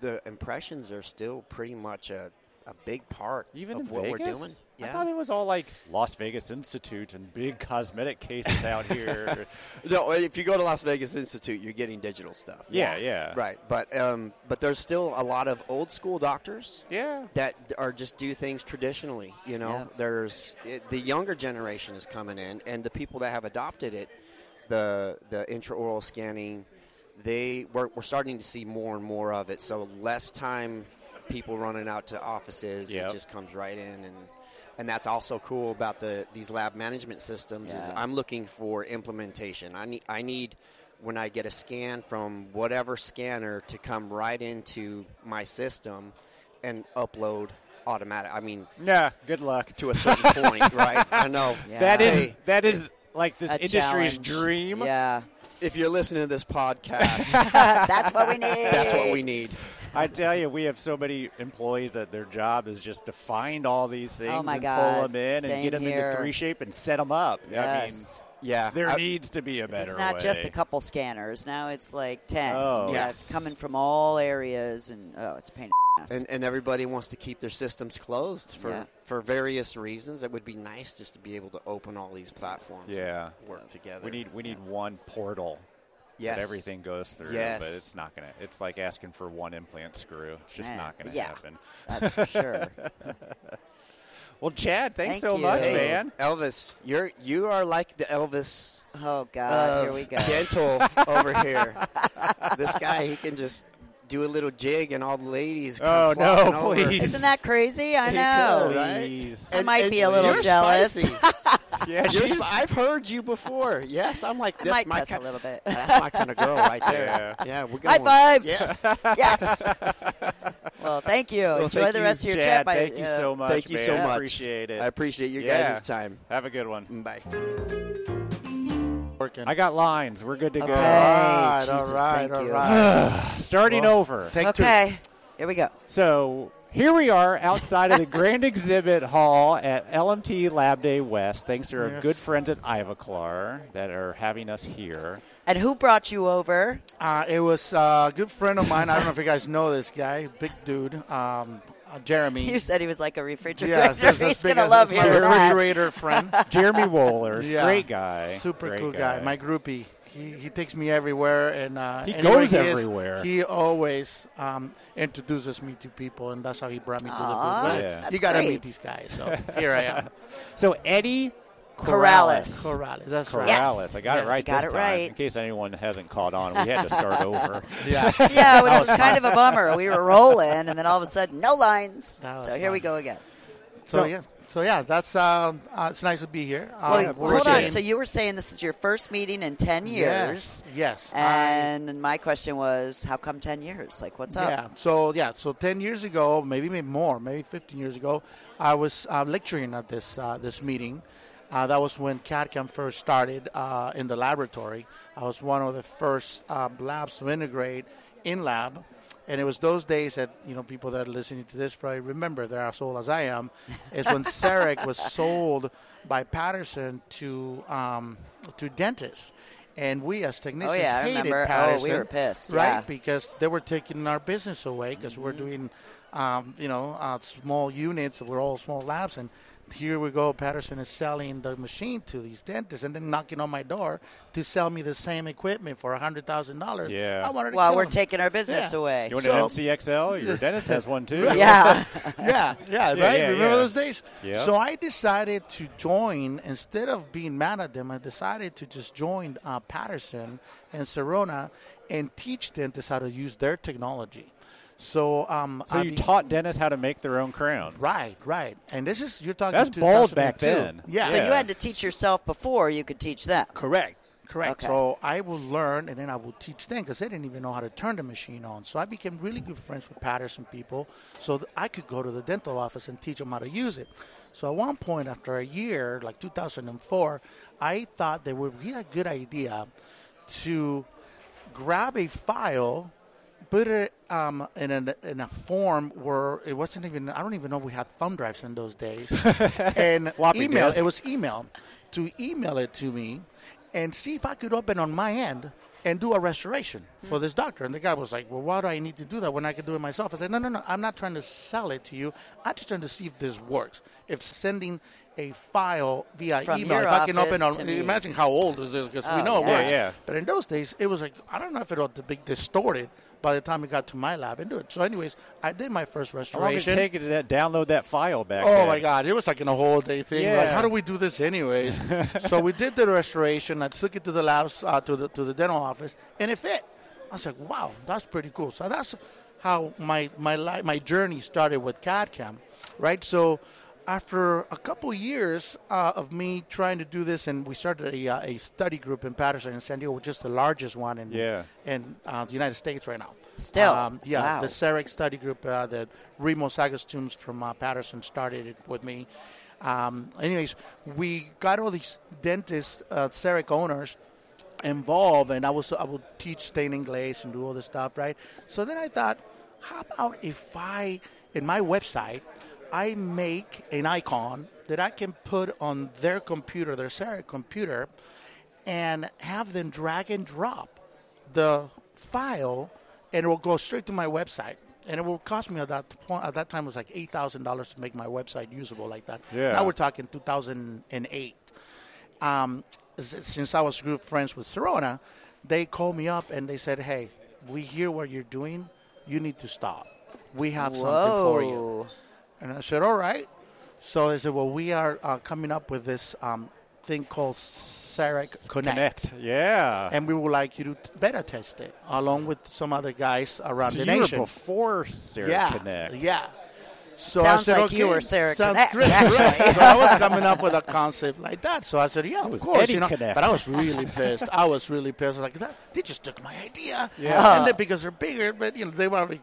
S6: the impressions are still pretty much a, a big part
S1: Even
S6: of
S1: in
S6: what
S1: Vegas?
S6: we're doing.
S1: I thought it was all like Las Vegas Institute and big cosmetic cases out here.
S6: No, if you go to Las Vegas Institute, you're getting digital stuff.
S1: Yeah, yeah.
S6: Right, but um, but there's still a lot of old school doctors
S1: Yeah.
S6: that are just do things traditionally. You know,
S2: Yeah.
S6: there's it, the younger generation is coming in, and the people that have adopted it, the the intraoral scanning, they we're, we're starting to see more and more of it. So less time people running out to offices,
S1: Yep.
S6: it just comes right in and. And that's also cool about the these lab management systems is
S2: Yeah.
S6: I'm looking for implementation. I need I need when I get a scan from whatever scanner to come right into my system and upload automatic. I mean,
S1: Yeah, good luck.
S6: to a certain point, right? I know.
S2: Yeah.
S1: That is
S6: Hey,
S1: that is like this
S2: A
S1: industry's
S2: challenge.
S1: dream.
S2: Yeah.
S6: if you're listening to this podcast,
S2: That's what we need.
S6: that's what we need.
S1: I tell you, we have so many employees that their job is just to find all these things
S2: Oh my
S1: and pull
S2: God.
S1: them in and
S2: Same
S1: get them
S2: here.
S1: into three shape and set them up.
S2: Yes.
S1: I
S6: Yeah.
S1: mean, there
S6: I-
S1: needs to be a better
S2: It's not
S1: way.
S2: just a couple scanners. Now it's like 10.
S1: Oh.
S2: yeah,
S6: Yes.
S2: it's coming from all areas, and oh, it's a pain in the ass.
S6: and, and everybody wants to keep their systems closed for,
S2: Yeah.
S6: for various reasons. It would be nice just to be able to open all these platforms.
S1: Yeah.
S6: and work together.
S1: We need we need one portal
S6: Yes.
S1: that everything goes through.
S6: Yes.
S1: But it's not gonna. It's like asking for one implant screw. It's just
S2: Man,
S1: not gonna
S2: yeah.
S1: happen.
S2: That's for sure.
S1: Well, Chad, thanks
S2: Thank
S1: so
S2: you.
S1: much,
S2: Hey.
S1: man.
S6: Elvis, you're you are like the Elvis
S2: Oh God,
S6: of
S2: here we go.
S6: dental over here. This guy, he can just do a little jig and all the ladies. Come
S1: Oh, no,
S6: flocking over.
S1: please.
S2: Isn't that crazy? I
S6: He
S2: know.
S6: could, right?
S1: Please.
S2: I might be a little jealous.
S6: spicy.
S1: Yeah,
S6: You're
S1: she's-
S6: sp- I've heard you before. Yes, I'm like
S2: I
S6: this.
S2: might
S6: my
S2: cuss
S6: ki-
S2: a little bit.
S6: That's my kind of girl right there. Yeah, we're going.
S2: High five.
S6: Yes.
S2: yes. Well, thank you. Enjoy
S6: thank
S2: the
S6: you,
S2: rest of your
S1: Chad,
S2: trip. I-
S1: thank you
S2: uh,
S1: so much.
S6: Thank you
S1: man.
S6: so much.
S1: Appreciate it.
S6: I appreciate your
S1: Yeah.
S6: guys' time.
S1: Have a good one.
S6: Bye.
S7: Working.
S1: I got lines. We're good to
S2: Okay.
S1: go.
S7: All right,
S2: Jesus,
S7: all right,
S2: thank
S7: all
S2: you.
S7: right.
S1: Starting over.
S7: Take two.
S2: Okay. Here we go.
S1: So here we are outside of the Grand Exhibit Hall at LMT Lab Day West. Thanks to our
S7: Yes.
S1: good friends at Ivoclar that are having us here.
S2: And who brought you over?
S7: Uh, it was uh, a good friend of mine. I don't know if you guys know this guy, big dude, um, uh, Jeremy.
S2: You said he was like a refrigerator.
S7: yeah, so it's
S2: He's
S7: as big
S2: gonna
S7: as-
S2: love
S7: it's
S2: you
S7: my
S2: for that.
S7: refrigerator friend.
S1: Jeremy Wohlers,
S7: Yeah.
S1: great guy,
S7: super
S1: great
S7: cool guy. My groupie. He, he takes me everywhere, and uh,
S1: He
S7: anywhere
S1: goes
S7: is,
S1: everywhere.
S7: he always um, introduces me to people, and that's how he brought me to
S2: Aw,
S7: the booth. Well,
S1: Yeah.
S7: You
S2: that's
S7: gotta
S2: great.
S7: meet these guys. So here I am,
S1: so Eddie
S2: Corrales.
S7: Corrales. That's
S1: Corrales,
S7: right.
S2: Yes.
S1: I got
S7: Yes.
S1: it right
S2: You got
S1: this
S2: it
S1: time.
S2: right.
S1: In case anyone hasn't caught on, we had to start over.
S7: Yeah.
S2: Yeah, which was kind of a bummer. We were rolling, and then all of a sudden, no lines.
S7: That was
S2: So here
S7: fun.
S2: we go again.
S7: So
S1: So-
S7: yeah. So yeah. That's um, uh, it's nice to be here. Uh,
S2: Well,
S7: we're
S2: hold on.
S7: seeing-
S2: So you were saying this is your first meeting in ten years.
S7: Yes. yes. I-
S2: And my question was, how come ten years? Like, what's up?
S7: Yeah. So yeah. So ten years ago, maybe maybe more, maybe fifteen years ago, I was uh, lecturing at this uh, this meeting. Uh, that was when CADCAM first started uh, in the laboratory. I was one of the first uh, labs to integrate in lab, and it was those days that you know people that are listening to this probably remember. They're as old as I am. Is when Sarek was sold by Patterson to um, to dentists. And we as technicians
S2: Oh, yeah, I
S7: hated
S2: remember. Oh, we
S7: Patterson,
S2: were pissed,
S7: right?
S2: yeah.
S7: because they were taking our business away because we're
S1: Mm-hmm.
S7: doing, um, you know, uh, small units. We're all small labs, and here we go. Patterson is selling the machine to these dentists, and then knocking on my door to sell me the same equipment for a hundred thousand dollars.
S1: Yeah.
S7: I wanted to
S2: Well,
S7: kill
S2: we're
S7: him.
S2: taking our business
S7: Yeah.
S2: away.
S1: You want
S7: So-
S1: an MCXL? Your dentist has one too.
S2: Yeah.
S7: yeah, yeah,
S1: Yeah,
S7: right.
S1: yeah,
S7: Remember
S1: yeah.
S7: those days?
S1: Yeah.
S7: So I decided to join instead of being mad at them. I decided to just join uh, Patterson and Serona and teach dentists how to use their technology. So, um,
S1: So
S7: I
S1: you
S7: be-
S1: taught dentists how to make their own crowns.
S7: Right, right. And this is you're talking
S1: That's
S7: 2002.
S1: bold back then.
S7: Yeah. Uh,
S2: So
S1: Yeah.
S2: you had to teach yourself before you could teach them.
S7: correct. Correct.
S2: Okay.
S7: So I will learn, and then I will teach them because they didn't even know how to turn the machine on. So I became really good friends with Patterson people, so that I could go to the dental office and teach them how to use it. So at one point, after a year, like 2004, I thought they would be a good idea to grab a file, put it um, in, an, in a form where it wasn't even, I don't even know we had thumb drives in those days. and email,
S1: disk.
S7: it was email, to email it to me and see if I could open on my end and do a restoration
S2: Hmm.
S7: for this doctor. And the guy was like, well, why do I need to do that when I can do it myself? I said, no, no, no, I'm not trying to sell it to you. I'm just trying to see if this works. If sending a file via
S2: From
S7: email,
S2: your
S7: if I can
S2: office
S7: open
S2: to
S7: on,
S2: me.
S7: imagine how old is this because
S2: Oh,
S7: we know
S2: yeah.
S7: it works.
S1: Yeah, yeah.
S7: But in those days, it was like I don't know if it was a bit distorted by the time it got to my lab and do it. So, anyways, I did my first
S1: How long did
S7: restoration.
S1: it take you to that- download that file back?
S7: Oh
S1: then?
S7: my God! It was like in a whole day thing. Like,
S1: Yeah.
S7: how do we do this, anyways? so we did the restoration. I took it to the labs, uh, to the to the dental office, and it fit. I was like, wow, that's pretty cool. So that's how my my li- my journey started with CADCAM, right? So after a couple years uh, of me trying to do this, and we started a, uh, a study group in Patterson and San Diego, which is the largest one in
S1: Yeah.
S7: in uh, the United States right now.
S2: Still.
S7: Um, yeah,
S2: Wow.
S7: the CEREC study group uh, that Remo Sagastumes from uh, Patterson started it with me. Um, anyways, we got all these dentists, uh, CEREC owners, involved, and I was I would teach staining glaze and do all this stuff, right? So then I thought, how about if I in my website, I make an icon that I can put on their computer, their CEREC computer, and have them drag and drop the file, and it will go straight to my website. And it will cost me at that point. At that time, it was like eight thousand dollars to make my website usable like that.
S1: Yeah.
S7: Now we're talking two thousand and eight um, s- since I was good friends with Serona, they called me up and they said, "Hey, we hear what you're doing. You need to stop. We have something for you."
S2: Whoa.
S7: And I said, "All right." So they said, "Well, we are uh, coming up with this um, thing called Sarek Connect,
S1: Connect. Yeah.
S7: and we would like you to t- beta test it along with some other guys around
S1: so
S7: the
S1: you were
S7: nation."
S1: before Sarah
S7: yeah,
S1: Connect.
S7: yeah. So
S2: Sounds
S7: I said,
S2: like
S7: okay,
S2: you were Sarah
S7: sounds
S2: Connect,
S7: great.
S2: actually.
S7: so I was coming up with a concept like that. So I said, yeah, of
S1: was
S7: course,
S1: Eddie
S7: you know.
S1: Connect.
S7: But I was really pissed. I was really pissed. I was like that, they just took my idea.
S1: Yeah.
S7: And then because they're bigger, but you know, they already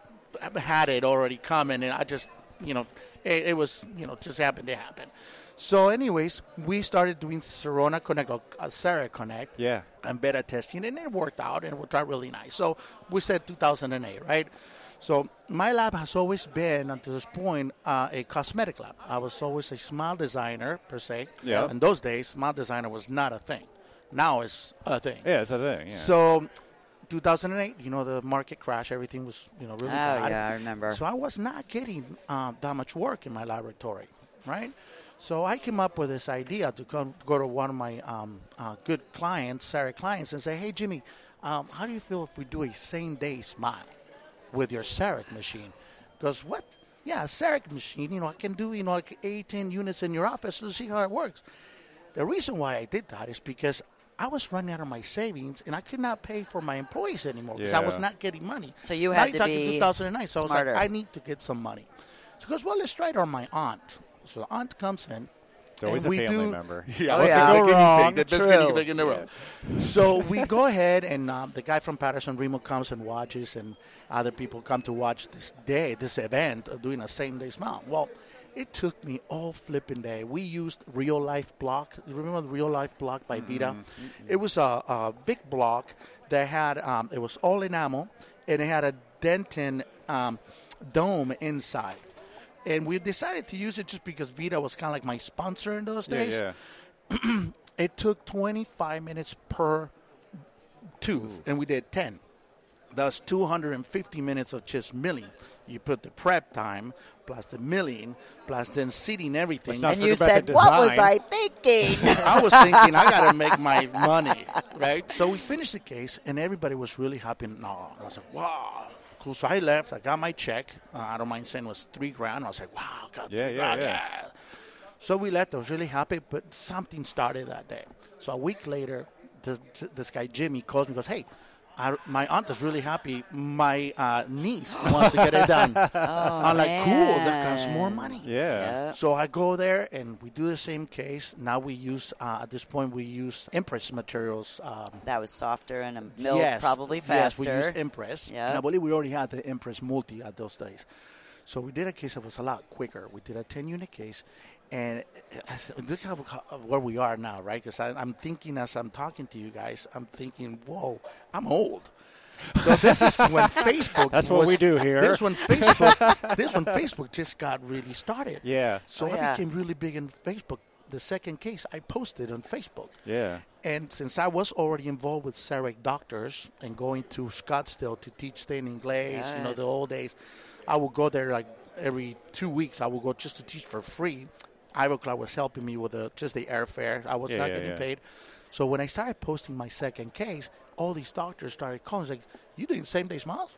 S7: had it already coming, and I just, you know, it, it was, you know, just happened to happen. So, anyways, we started doing Serona Connect or uh, Sarah Connect
S1: Yeah.
S7: and beta testing, and it worked out and it worked out really nice. So we said 2008, right? So my lab has always been, until this point, uh, a cosmetic lab. I was always a smile designer per se.
S1: Yeah.
S7: In those days, smile designer was not a thing. Now it's a thing.
S1: Yeah, it's a thing. Yeah.
S7: So, 2008, you know, the market crash, everything was, you know, really
S2: Oh,
S7: bad.
S2: yeah, I remember.
S7: So I was not getting uh, that much work in my laboratory, right? So I came up with this idea to come, go to one of my um, uh, good clients, Sarah clients, and say, hey, Jimmy, um, how do you feel if we do a same day smile with your Sarek machine? Goes, what? Yeah, a Sarek machine, you know, I can do, you know, like 18 units in your office to see how it works. The reason why I did that is because I was running out of my savings and I could not pay for my employees anymore because I was
S1: Yeah.
S7: not getting money.
S2: So you
S7: Now
S2: had
S7: you're
S2: to
S7: talking
S2: be
S7: 2009. So I was
S2: smarter.
S7: like, I need to get some money. So he goes, well, let's try it on my aunt. So the aunt comes in.
S1: it's always
S7: and
S1: a
S7: we
S1: family
S7: do-
S1: member.
S7: Yeah,
S2: Oh, yeah.
S7: go
S2: The guinea
S7: wrong.
S2: pig, the best guinea pig
S7: in the world. So we go ahead, and um, the guy from Patterson Remo comes and watches, and other people come to watch this day, this event, of doing a same day smile. Well, it took me all flipping day. We used Real Life Block. You remember the Real Life Block
S1: Mm-hmm.
S7: by Vita? It was a, a big block that had, um, it was all enamel, and it had a dentin um, dome inside. And we decided to use it just because Vita was kind of like my sponsor in those
S1: Yeah,
S7: days.
S1: yeah.
S7: It took 25 minutes per tooth, and we did 10. That's 250 minutes of just milling. You put the prep time, plus the milling, plus then seating everything.
S1: not
S2: And you
S1: forget about
S2: said,
S1: the
S2: what was
S1: design."
S2: I thinking?
S7: I was thinking, I gotta make my money, right? So we finished the case, and everybody was really happy. No, I was like, wow. Cool. So I left. I got my check. Uh, I don't mind saying it was three grand. I was like, wow, got
S1: Yeah,
S7: three
S1: yeah,
S7: grand,
S1: yeah.
S7: So we left. I was really happy, but something started that day. So a week later, this, this guy Jimmy calls me and goes, hey. I, my aunt is really happy. My uh, niece wants to get it done. I'm like, cool. That costs more money.
S1: Yeah.
S7: So I go there and we do the same case. Now we use, uh, at this point, we use Impress materials. Um,
S2: that was softer and a milled
S7: yes,
S2: probably
S7: yes,
S2: faster.
S7: we used Impress.
S2: Yeah.
S7: And I believe we already had the Impress Multi at those days. So we did a case that was a lot quicker. We did a 10 unit case. And I th- look how, how- where we are now, right? Because I'm thinking as I'm talking to you guys, I'm thinking, whoa, I'm old. So this is when Facebook.
S1: That's what
S7: was-
S1: we do here.
S7: This when Facebook. this when Facebook just got really started.
S1: Yeah.
S7: So
S2: Oh,
S7: I
S2: yeah.
S7: became really big in Facebook. The second case I posted on Facebook.
S1: Yeah.
S7: And since I was already involved with Sarek doctors and going to Scottsdale to teach stained glaze, you know,
S2: Yes.
S7: the old days, I would go there like every two weeks. I would go just to teach for free. Ivoclaw was helping me with the, just the airfare. I was
S1: Yeah,
S7: not
S1: yeah,
S7: getting
S1: yeah.
S7: paid. So when I started posting my second case, all these doctors started calling. It's like, you doing same day smiles?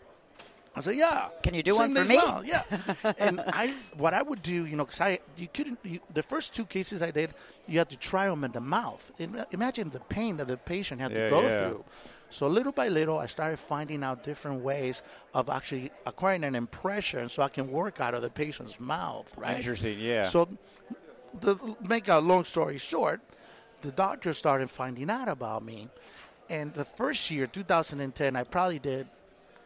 S7: I said, yeah.
S2: Can you do
S7: Same
S2: one for
S7: day
S2: me?
S7: smile, Yeah. and I, what I would do, you know, because I, you couldn't, you, the first two cases I did, you had to try them in the mouth. Im- Imagine the pain that the patient had
S1: Yeah,
S7: to go
S1: yeah.
S7: through. So little by little, I started finding out different ways of actually acquiring an impression, so I can work out of the patient's mouth. Right.
S1: Interesting, yeah.
S7: So the make a long story short, the doctor started finding out about me, and the first year, 2010, I probably did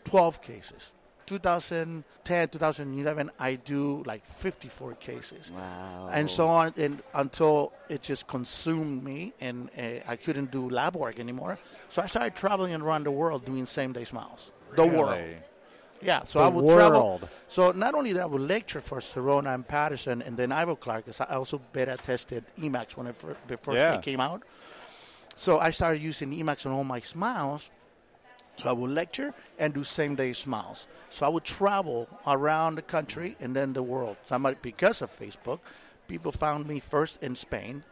S7: 12 cases. 2010, 2011, I do like 54 cases. Wow. And so on, and until it just consumed me and uh, I couldn't do lab work anymore. So I started traveling around the world doing same day smiles. The world.
S1: Really?
S7: Yeah, so
S1: The
S7: I would travel.
S1: world.
S7: So not only that, I would lecture for Serona and Patterson and then Ivo Clark, 'cause I also beta tested Emacs when it fir- the first
S1: Yeah.
S7: they came out. So I started using Emacs on all my smiles. So I would lecture and do same day smiles. So I would travel around the country and then the world. Somebody because of Facebook, people found me first in Spain,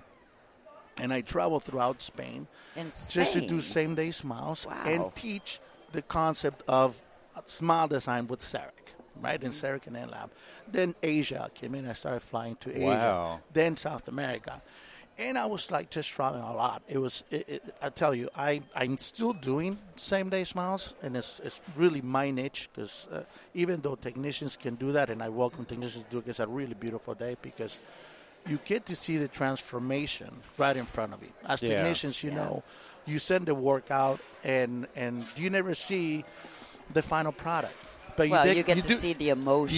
S7: and I travel throughout Spain,
S2: In
S7: just to
S2: Spain?
S7: do same day smiles
S2: Wow.
S7: and teach the concept of smile design with CEREC, right? In CEREC and NLab. Then Asia came in. I started flying to Asia,
S1: Wow.
S7: then South America. And I was like just traveling a lot. It was, it, it, I tell you, I, I'm still doing same day smiles, and it's, it's really my niche because uh, even though technicians can do that, and I welcome technicians to do it, it's a really beautiful day because you get to see the transformation right in front of you. As
S1: Yeah.
S7: technicians, you know, you send the work out, and and you never see the final product. But
S2: Well,
S7: did-
S2: you get to
S7: do-
S2: see the
S7: You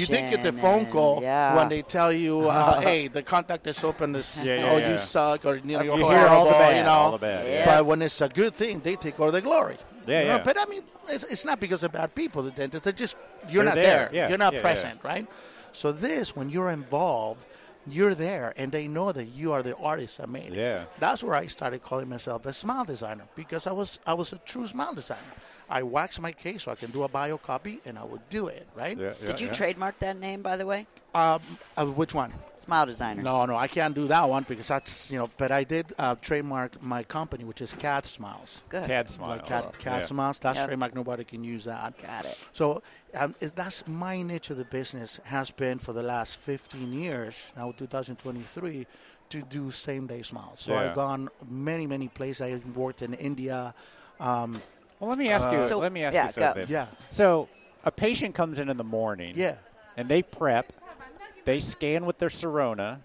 S7: did get the
S2: emotion
S7: phone
S2: and-
S7: call
S2: yeah.
S7: when they tell you, uh, "Hey, the contact is open. This,
S1: Yeah, yeah,
S7: oh,
S1: yeah.
S7: you suck, or you know, you're
S1: You hear all the
S7: horrible,"
S1: bad,
S7: you know.
S1: all the bad, yeah.
S7: But when it's a good thing, they take all the glory.
S1: Yeah,
S7: You know,
S1: yeah.
S7: But I mean, it's, it's not because of bad people. The dentists, they're just
S1: They're
S7: you're not
S1: there,
S7: there.
S1: yeah,
S7: You're not
S1: yeah, yeah.
S7: present, right? So this, when you're involved, you're there, and they know that you are the artist that made it.
S1: Yeah.
S7: That's where I started calling myself a smile designer because I was I was a true smile designer. I waxed my case so I can do a bio copy, and I would do it right.
S1: Yeah, yeah,
S2: Did you
S1: yeah.
S2: trademark that name, by the way?
S7: Um, uh, which one?
S2: Smile Designer.
S7: No, no, I can't do that one because that's you know. But I did uh, trademark my company, which is Cat Smiles.
S2: Good.
S1: Cad smile.
S7: Like cat, cat
S1: Yeah.
S7: smiles. That's
S2: Yep.
S7: trademark. Nobody can use that.
S2: Got it.
S7: So um, it- that's my niche of the business has been for the last 15 years, now 2023, to do same day smiles. So
S1: Yeah.
S7: I've gone many, many places. I worked in India. Um,
S1: Well, let me ask you.
S2: So-
S1: let me ask
S2: yeah,
S1: you
S2: go.
S1: something.
S7: Yeah.
S1: So a patient comes in in the morning.
S7: Yeah.
S1: And they prep. They scan with their Serona.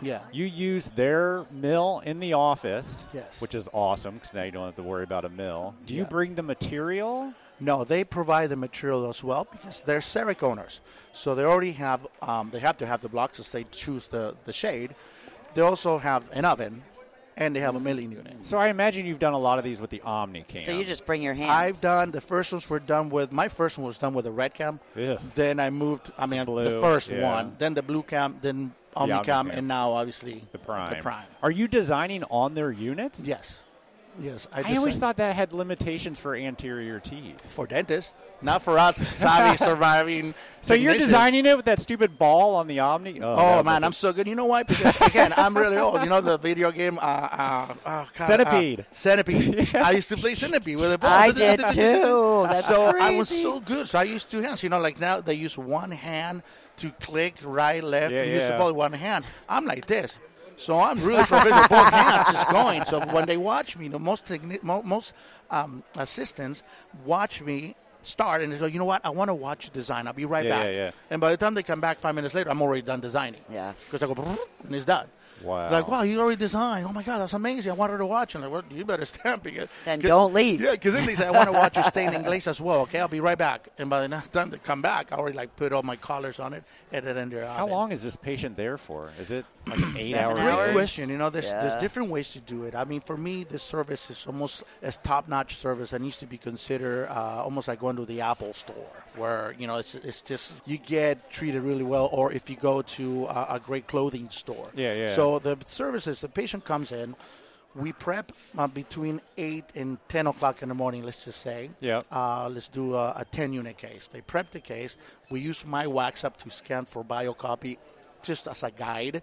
S7: yeah.
S1: You use their mill in the office,
S7: Yes.
S1: which is awesome because now you don't have to worry about a mill. Do you
S7: Yeah.
S1: bring the material?
S7: No, they provide the material as well because they're CEREC owners. So they already have, um, they have to have the blocks as they choose the, the shade. They also have an oven and they have a milling unit.
S1: So I imagine you've done a lot of these with the OmniCam.
S2: So you just bring your hands.
S7: I've done the first ones were done with my first one was done with a red cam.
S1: Yeah.
S7: Then I moved. I mean,
S1: Blue,
S7: the first
S1: yeah.
S7: one, then the blue cam, then omni cam,
S1: Omnicam.
S7: and now obviously
S1: the prime.
S7: The prime.
S1: Are you designing on their unit?
S7: Yes, yes. I,
S1: I always
S7: design-
S1: thought that had limitations for anterior teeth.
S7: for dentists, not for us. Savvy surviving.
S1: So you're
S7: technicians.
S1: designing it with that stupid ball on the Omni?
S7: Oh
S1: that
S7: man,
S1: was-
S7: I'm so good. You know why? Because again, I'm really old. You know the video game, uh, uh, oh, God, uh,
S1: Centipede.
S7: centipede. I used to play centipede with a ball.
S2: I did too. Oh, That's
S7: so I was
S2: crazy.
S7: so good. So I used two hands. You know, like now they use one hand to click right, left.
S1: Yeah,
S7: you use the
S1: yeah.
S7: ball with one hand. I'm like this. So I'm really professional. with Both hands just going. So when they watch me, you know, most techni- mo- most um, assistants watch me start and they go, you know what? I want to watch you design. I'll be right
S1: Yeah,
S7: back.
S1: yeah, yeah.
S7: And by the time they come back five minutes later, I'm already done designing.
S2: Yeah.
S7: Because I go, "Brrr," and it's done.
S1: Wow.
S7: Like, wow, you already designed. Oh my God, that's amazing. I wanted to watch. And like, well, you better stamp it.
S2: Then
S7: 'Cause-
S2: don't leave.
S7: Yeah, because at least I want to watch your stain and glaze as well. Okay, I'll be right back. And by the time they come back, I already like put all my collars on it, and it under.
S1: How long is this patient there for? Is it like an eight hour
S2: Seven
S7: Great
S2: hours?
S7: question. You know, there's there's
S2: Yeah.
S7: different ways to do it. I mean, for me, this service is almost as top notch service that needs to be considered uh, almost like going to the Apple store, where you know it's it's just you get treated really well, or if you go to a, a great clothing store.
S1: Yeah, yeah.
S7: So the services, the patient comes in. We prep uh, between 8 and 10 o'clock in the morning, let's just say.
S1: Yep.
S7: Uh, let's do a, a 10 unit case. They prep the case. We use my wax up to scan for biocopy just as a guide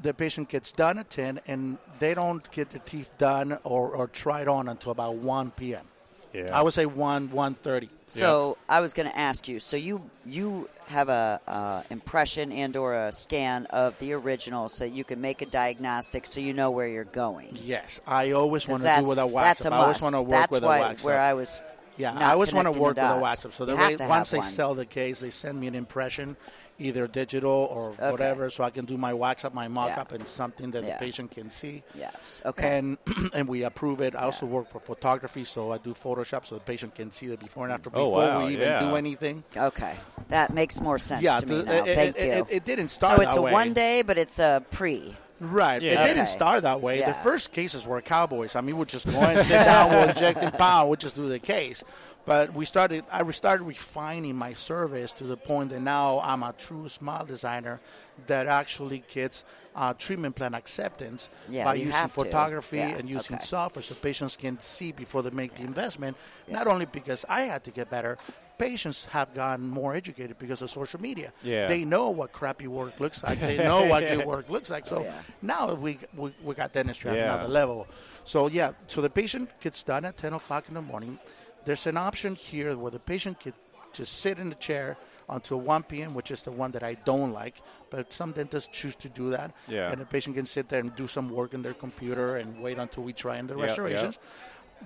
S7: the patient gets done at 10 and they don't get their teeth done or, or tried on until about 1 p.m.
S1: Yeah.
S7: I would say 1, 1.30.
S2: So I was going to ask you. So you you have a uh, impression and or a scan of the original, so you can make a diagnostic, so you know where you're going.
S7: Yes, I always
S2: 'Cause
S7: want to do with a wax
S2: that's
S7: up.
S2: a
S7: I always
S2: must.
S7: want to work
S2: that's
S7: with
S2: why,
S7: a wax
S2: where
S7: up.
S2: I was.
S7: Yeah,
S2: not
S7: I always want to
S2: connecting
S7: work with
S2: the
S7: a
S2: dots.
S7: wax up. So the
S2: You
S7: way,
S2: have to have
S7: once they
S2: one.
S7: sell the case, they send me an impression, either digital or
S2: Okay.
S7: whatever, so I can do my wax up, my mock up, and something that
S2: Yeah.
S7: the patient can see.
S2: Yes. Okay.
S7: And and we approve it. I also work for photography, so I do Photoshop, so the patient can see the before and after before
S1: Oh, wow,
S7: we even
S1: yeah.
S7: do anything.
S2: okay. That makes more sense to me
S7: the-
S2: now.
S7: It,
S2: Thank
S7: it,
S2: you.
S7: It, it didn't start
S2: so it's
S7: that
S2: a
S7: way.
S2: one day, but it's a pre.
S7: Right. It
S1: Yeah.
S7: didn't
S2: Okay.
S7: start that way. The
S2: Yeah.
S7: first cases were cowboys. I mean, we'd just go and sit down, we'll inject and pound, we'll just do the case. But we started. I re- started refining my service to the point that now I'm a true smile designer that actually gets uh, treatment plan acceptance
S2: Yeah,
S7: by
S2: you
S7: using
S2: have to.
S7: photography
S2: Yeah,
S7: and using
S2: okay.
S7: software, so patients can see before they make the investment. Not only because I had to get better, patients have gotten more educated because of social media.
S1: Yeah.
S7: they know what crappy work looks like. They know what good work looks like. So now we, we we got dentistry at
S1: Yeah.
S7: another level. So yeah, so the patient gets done at ten o'clock in the morning. There's an option here where the patient could just sit in the chair until 1 p.m., which is the one that I don't like, but some dentists choose to do that.
S1: Yeah.
S7: And the patient can sit there and do some work on their computer and wait until we try and the
S1: Yeah,
S7: restorations.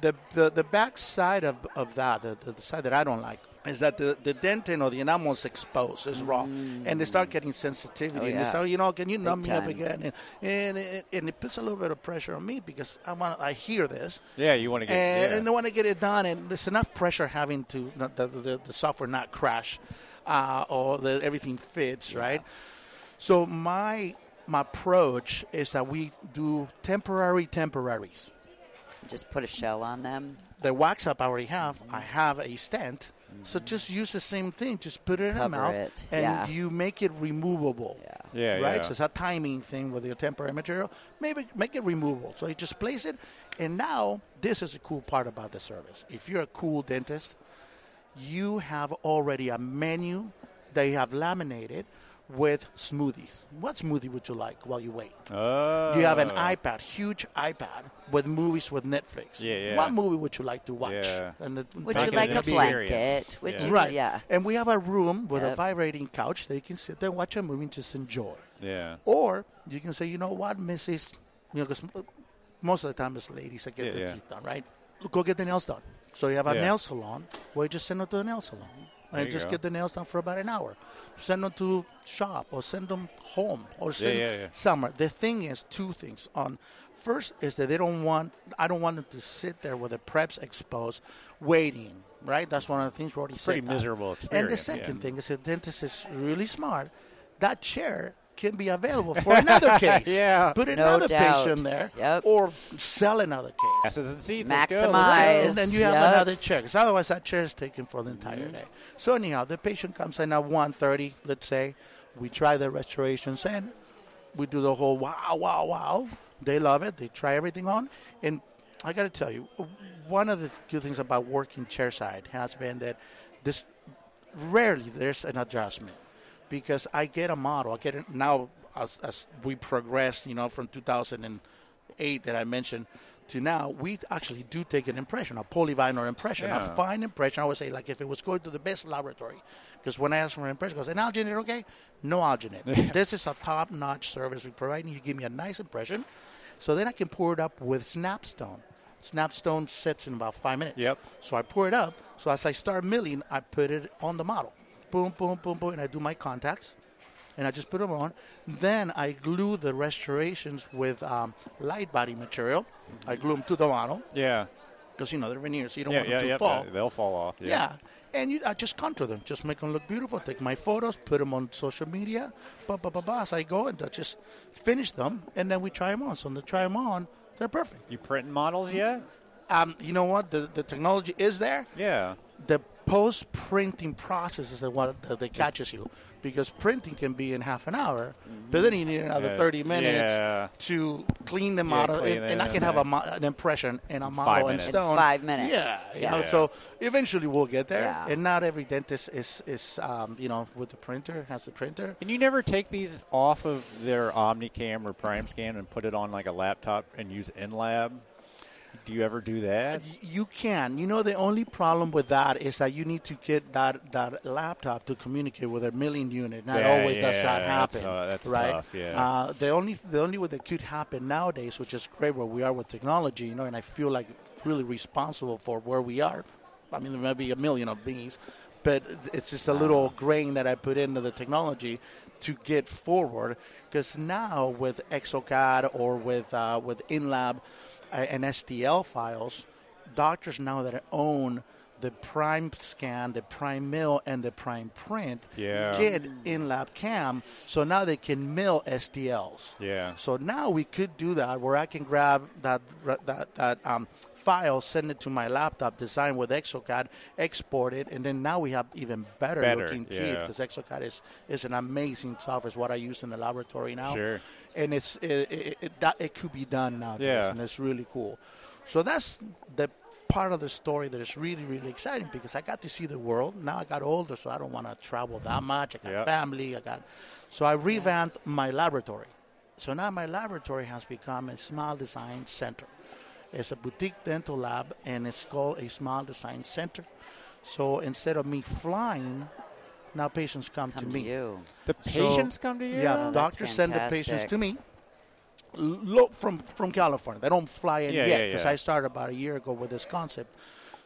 S7: The, the the back side of, of that, the, the, the side that I don't like, is that the, the dentin or the enamel is exposed, is raw, and they start getting sensitivity.
S2: Oh,
S7: and they
S2: yeah.
S7: start, you know, can you numb me up
S2: time.
S7: again? And, and, it, and it puts a little bit of pressure on me because I want I hear this,
S1: Yeah, you want to get.
S7: and,
S1: yeah.
S7: and I want to get it done. And there's enough pressure having to not, the, the the software not crash, uh, or that everything fits right. So my my approach is that we do temporary temporaries.
S2: Just put a shell on them.
S7: The wax up I already have. I have a stent. So just use the same thing. Just put it in the
S2: Mm-hmm. Cover
S7: mouth,
S2: it,
S7: and
S2: yeah.
S7: you make it removable.
S1: Yeah,
S7: right.
S1: yeah.
S7: So it's a timing thing with your temporary material. Maybe make it removable. So you just place it, and now this is the cool part about the service. If you're a cool dentist, you have already a menu that you have laminated with smoothies. What smoothie would you like while you wait?
S1: oh.
S7: You have an iPad, huge iPad with movies with Netflix.
S1: Yeah, yeah.
S7: What movie would you like to watch?
S1: Yeah.
S7: And the-
S2: Would
S1: Back
S2: you
S1: in
S2: like
S1: the
S2: a
S1: experience.
S2: blanket? Would
S1: Yeah.
S2: you?
S7: Right.
S2: Yeah.
S7: And we have a room with a
S2: Yep.
S7: vibrating couch that you can sit there, and watch a movie, and just enjoy.
S1: Yeah.
S7: Or you can say, you know what, Mrs. You know, because most of the time it's ladies that get
S1: Yeah,
S7: their
S1: yeah.
S7: teeth done, right? Go get the nails done. So you have a
S1: Yeah.
S7: nail salon where you just send them to the nail salon and
S1: you
S7: just
S1: go.
S7: get the nails done for about an hour. Send them to shop or send them home or send
S1: yeah, yeah.
S7: somewhere. The thing is, two things. On first is that they don't want. I don't want them to sit there with the preps exposed, waiting. Right. That's one of the things we already
S1: Pretty
S7: said.
S1: miserable
S7: And the
S1: experience, yeah.
S7: second thing is, if dentist is really smart, that chair can be available for another case.
S1: Yeah.
S7: Put
S2: No
S7: another
S2: doubt.
S7: patient there,
S2: Yep.
S7: or sell another case.
S1: Asses and seats.
S2: Maximize.
S7: And then you have
S2: Yes. Mm-hmm.
S7: another chair. 'cause otherwise, that chair is taken for the entire day. So anyhow, the patient comes in at 1.30, let's say. We try the restorations and we do the whole wow, wow, wow. They love it. They try everything on. And I got to tell you, one of the good things about working chairside has been that this rarely there's an adjustment because I get a model. I get it now as, as we progress, you know, from 2008 that I mentioned to now, we actually do take an impression, a polyvinyl impression, a
S1: Yeah.
S7: fine impression. I would say, like, if it was going to the best laboratory, because when I ask for an impression, I say, an alginate, okay? No alginate. this is a top notch service we provide, and you give me a nice impression. So then I can pour it up with Snapstone. Snapstone sets in about five minutes.
S1: Yep.
S7: So I pour it up. So as I start milling, I put it on the model. Boom, boom, boom, boom. And I do my contacts. And I just put them on. Then I glue the restorations with um, light body material. I glue them to the model
S1: Yeah.
S7: because, you know, they're veneers. So you don't
S1: Yeah,
S7: want
S1: yeah,
S7: them to
S1: yeah.
S7: fall.
S1: They'll fall off.
S7: Yeah. And you, I just contour them, just make them look beautiful. Take my photos, put them on social media, blah, blah, blah, blah. So I go and I just finish them, and then we try them on. So when they try them on, they're perfect.
S1: You printing models yet?
S7: Um, you know what? The, the technology is there.
S1: Yeah.
S7: The post printing process is the one that, that catches you because printing can be in half an hour, but then you need another
S1: Yeah.
S7: 30 minutes
S1: Yeah.
S7: to clean the model.
S1: clean
S7: and, and I
S1: it,
S7: can have
S1: yeah.
S7: a mo- an impression and a model in
S1: minutes. In
S7: stone.
S2: five minutes.
S7: Yeah,
S2: Yeah.
S7: yeah. So eventually we'll get there.
S2: Yeah.
S7: And not every dentist is, is um, you know, with the printer, has the printer.
S1: Can you never take these off of their Omnicam or PrimeScan and put it on like a laptop and use InLab? Do you ever do that?
S7: You can. You know, the only problem with that is that you need to get that, that laptop to communicate with a milling unit. Not
S1: Yeah,
S7: always
S1: yeah,
S7: does that
S1: that's,
S7: happen.
S1: uh, that's
S7: right?
S1: tough, yeah.
S7: Uh, the only the only way that could happen nowadays, which is great where we are with technology, you know, and I feel like really responsible for where we are. I mean, there may be a million of these, but it's just a little grain that I put into the technology to get forward. Because now with Exocad or with uh, with InLab uh, and STL files, doctors now that own the prime scan, the prime mill, and the prime print
S1: Yeah.
S7: get in LabCam. So now they can mill STLs.
S1: Yeah.
S7: So now we could do that where I can grab that that that um, file, send it to my laptop, design with Exocad, export it, and then now we have even better,
S1: Better,
S7: looking teeth
S1: yeah.
S7: because Exocad is is an amazing software. It's what I use in the laboratory now.
S1: Sure.
S7: And it's it, it, it, that it could be done now
S1: Yeah.
S7: and it's really cool. So that's the part of the story that is really, really exciting because I got to see the world. Now I got older, so I don't want to travel that much. I got
S1: Yeah.
S7: family. I got so I revamped my laboratory. So now my laboratory has become a small design center. It's a boutique dental lab, and it's called a small design center. So instead of me flying, now patients come,
S2: Come
S7: to
S2: to
S7: me.
S2: you.
S1: The
S7: So-
S1: patients come to you.
S7: Yeah,
S2: Oh, that's
S7: doctors send the patients
S2: fantastic.
S7: to me. Lo- from from California, they don't fly in
S1: Yeah,
S7: yet
S1: yeah,
S7: because
S1: yeah.
S7: I started about a year ago with this concept.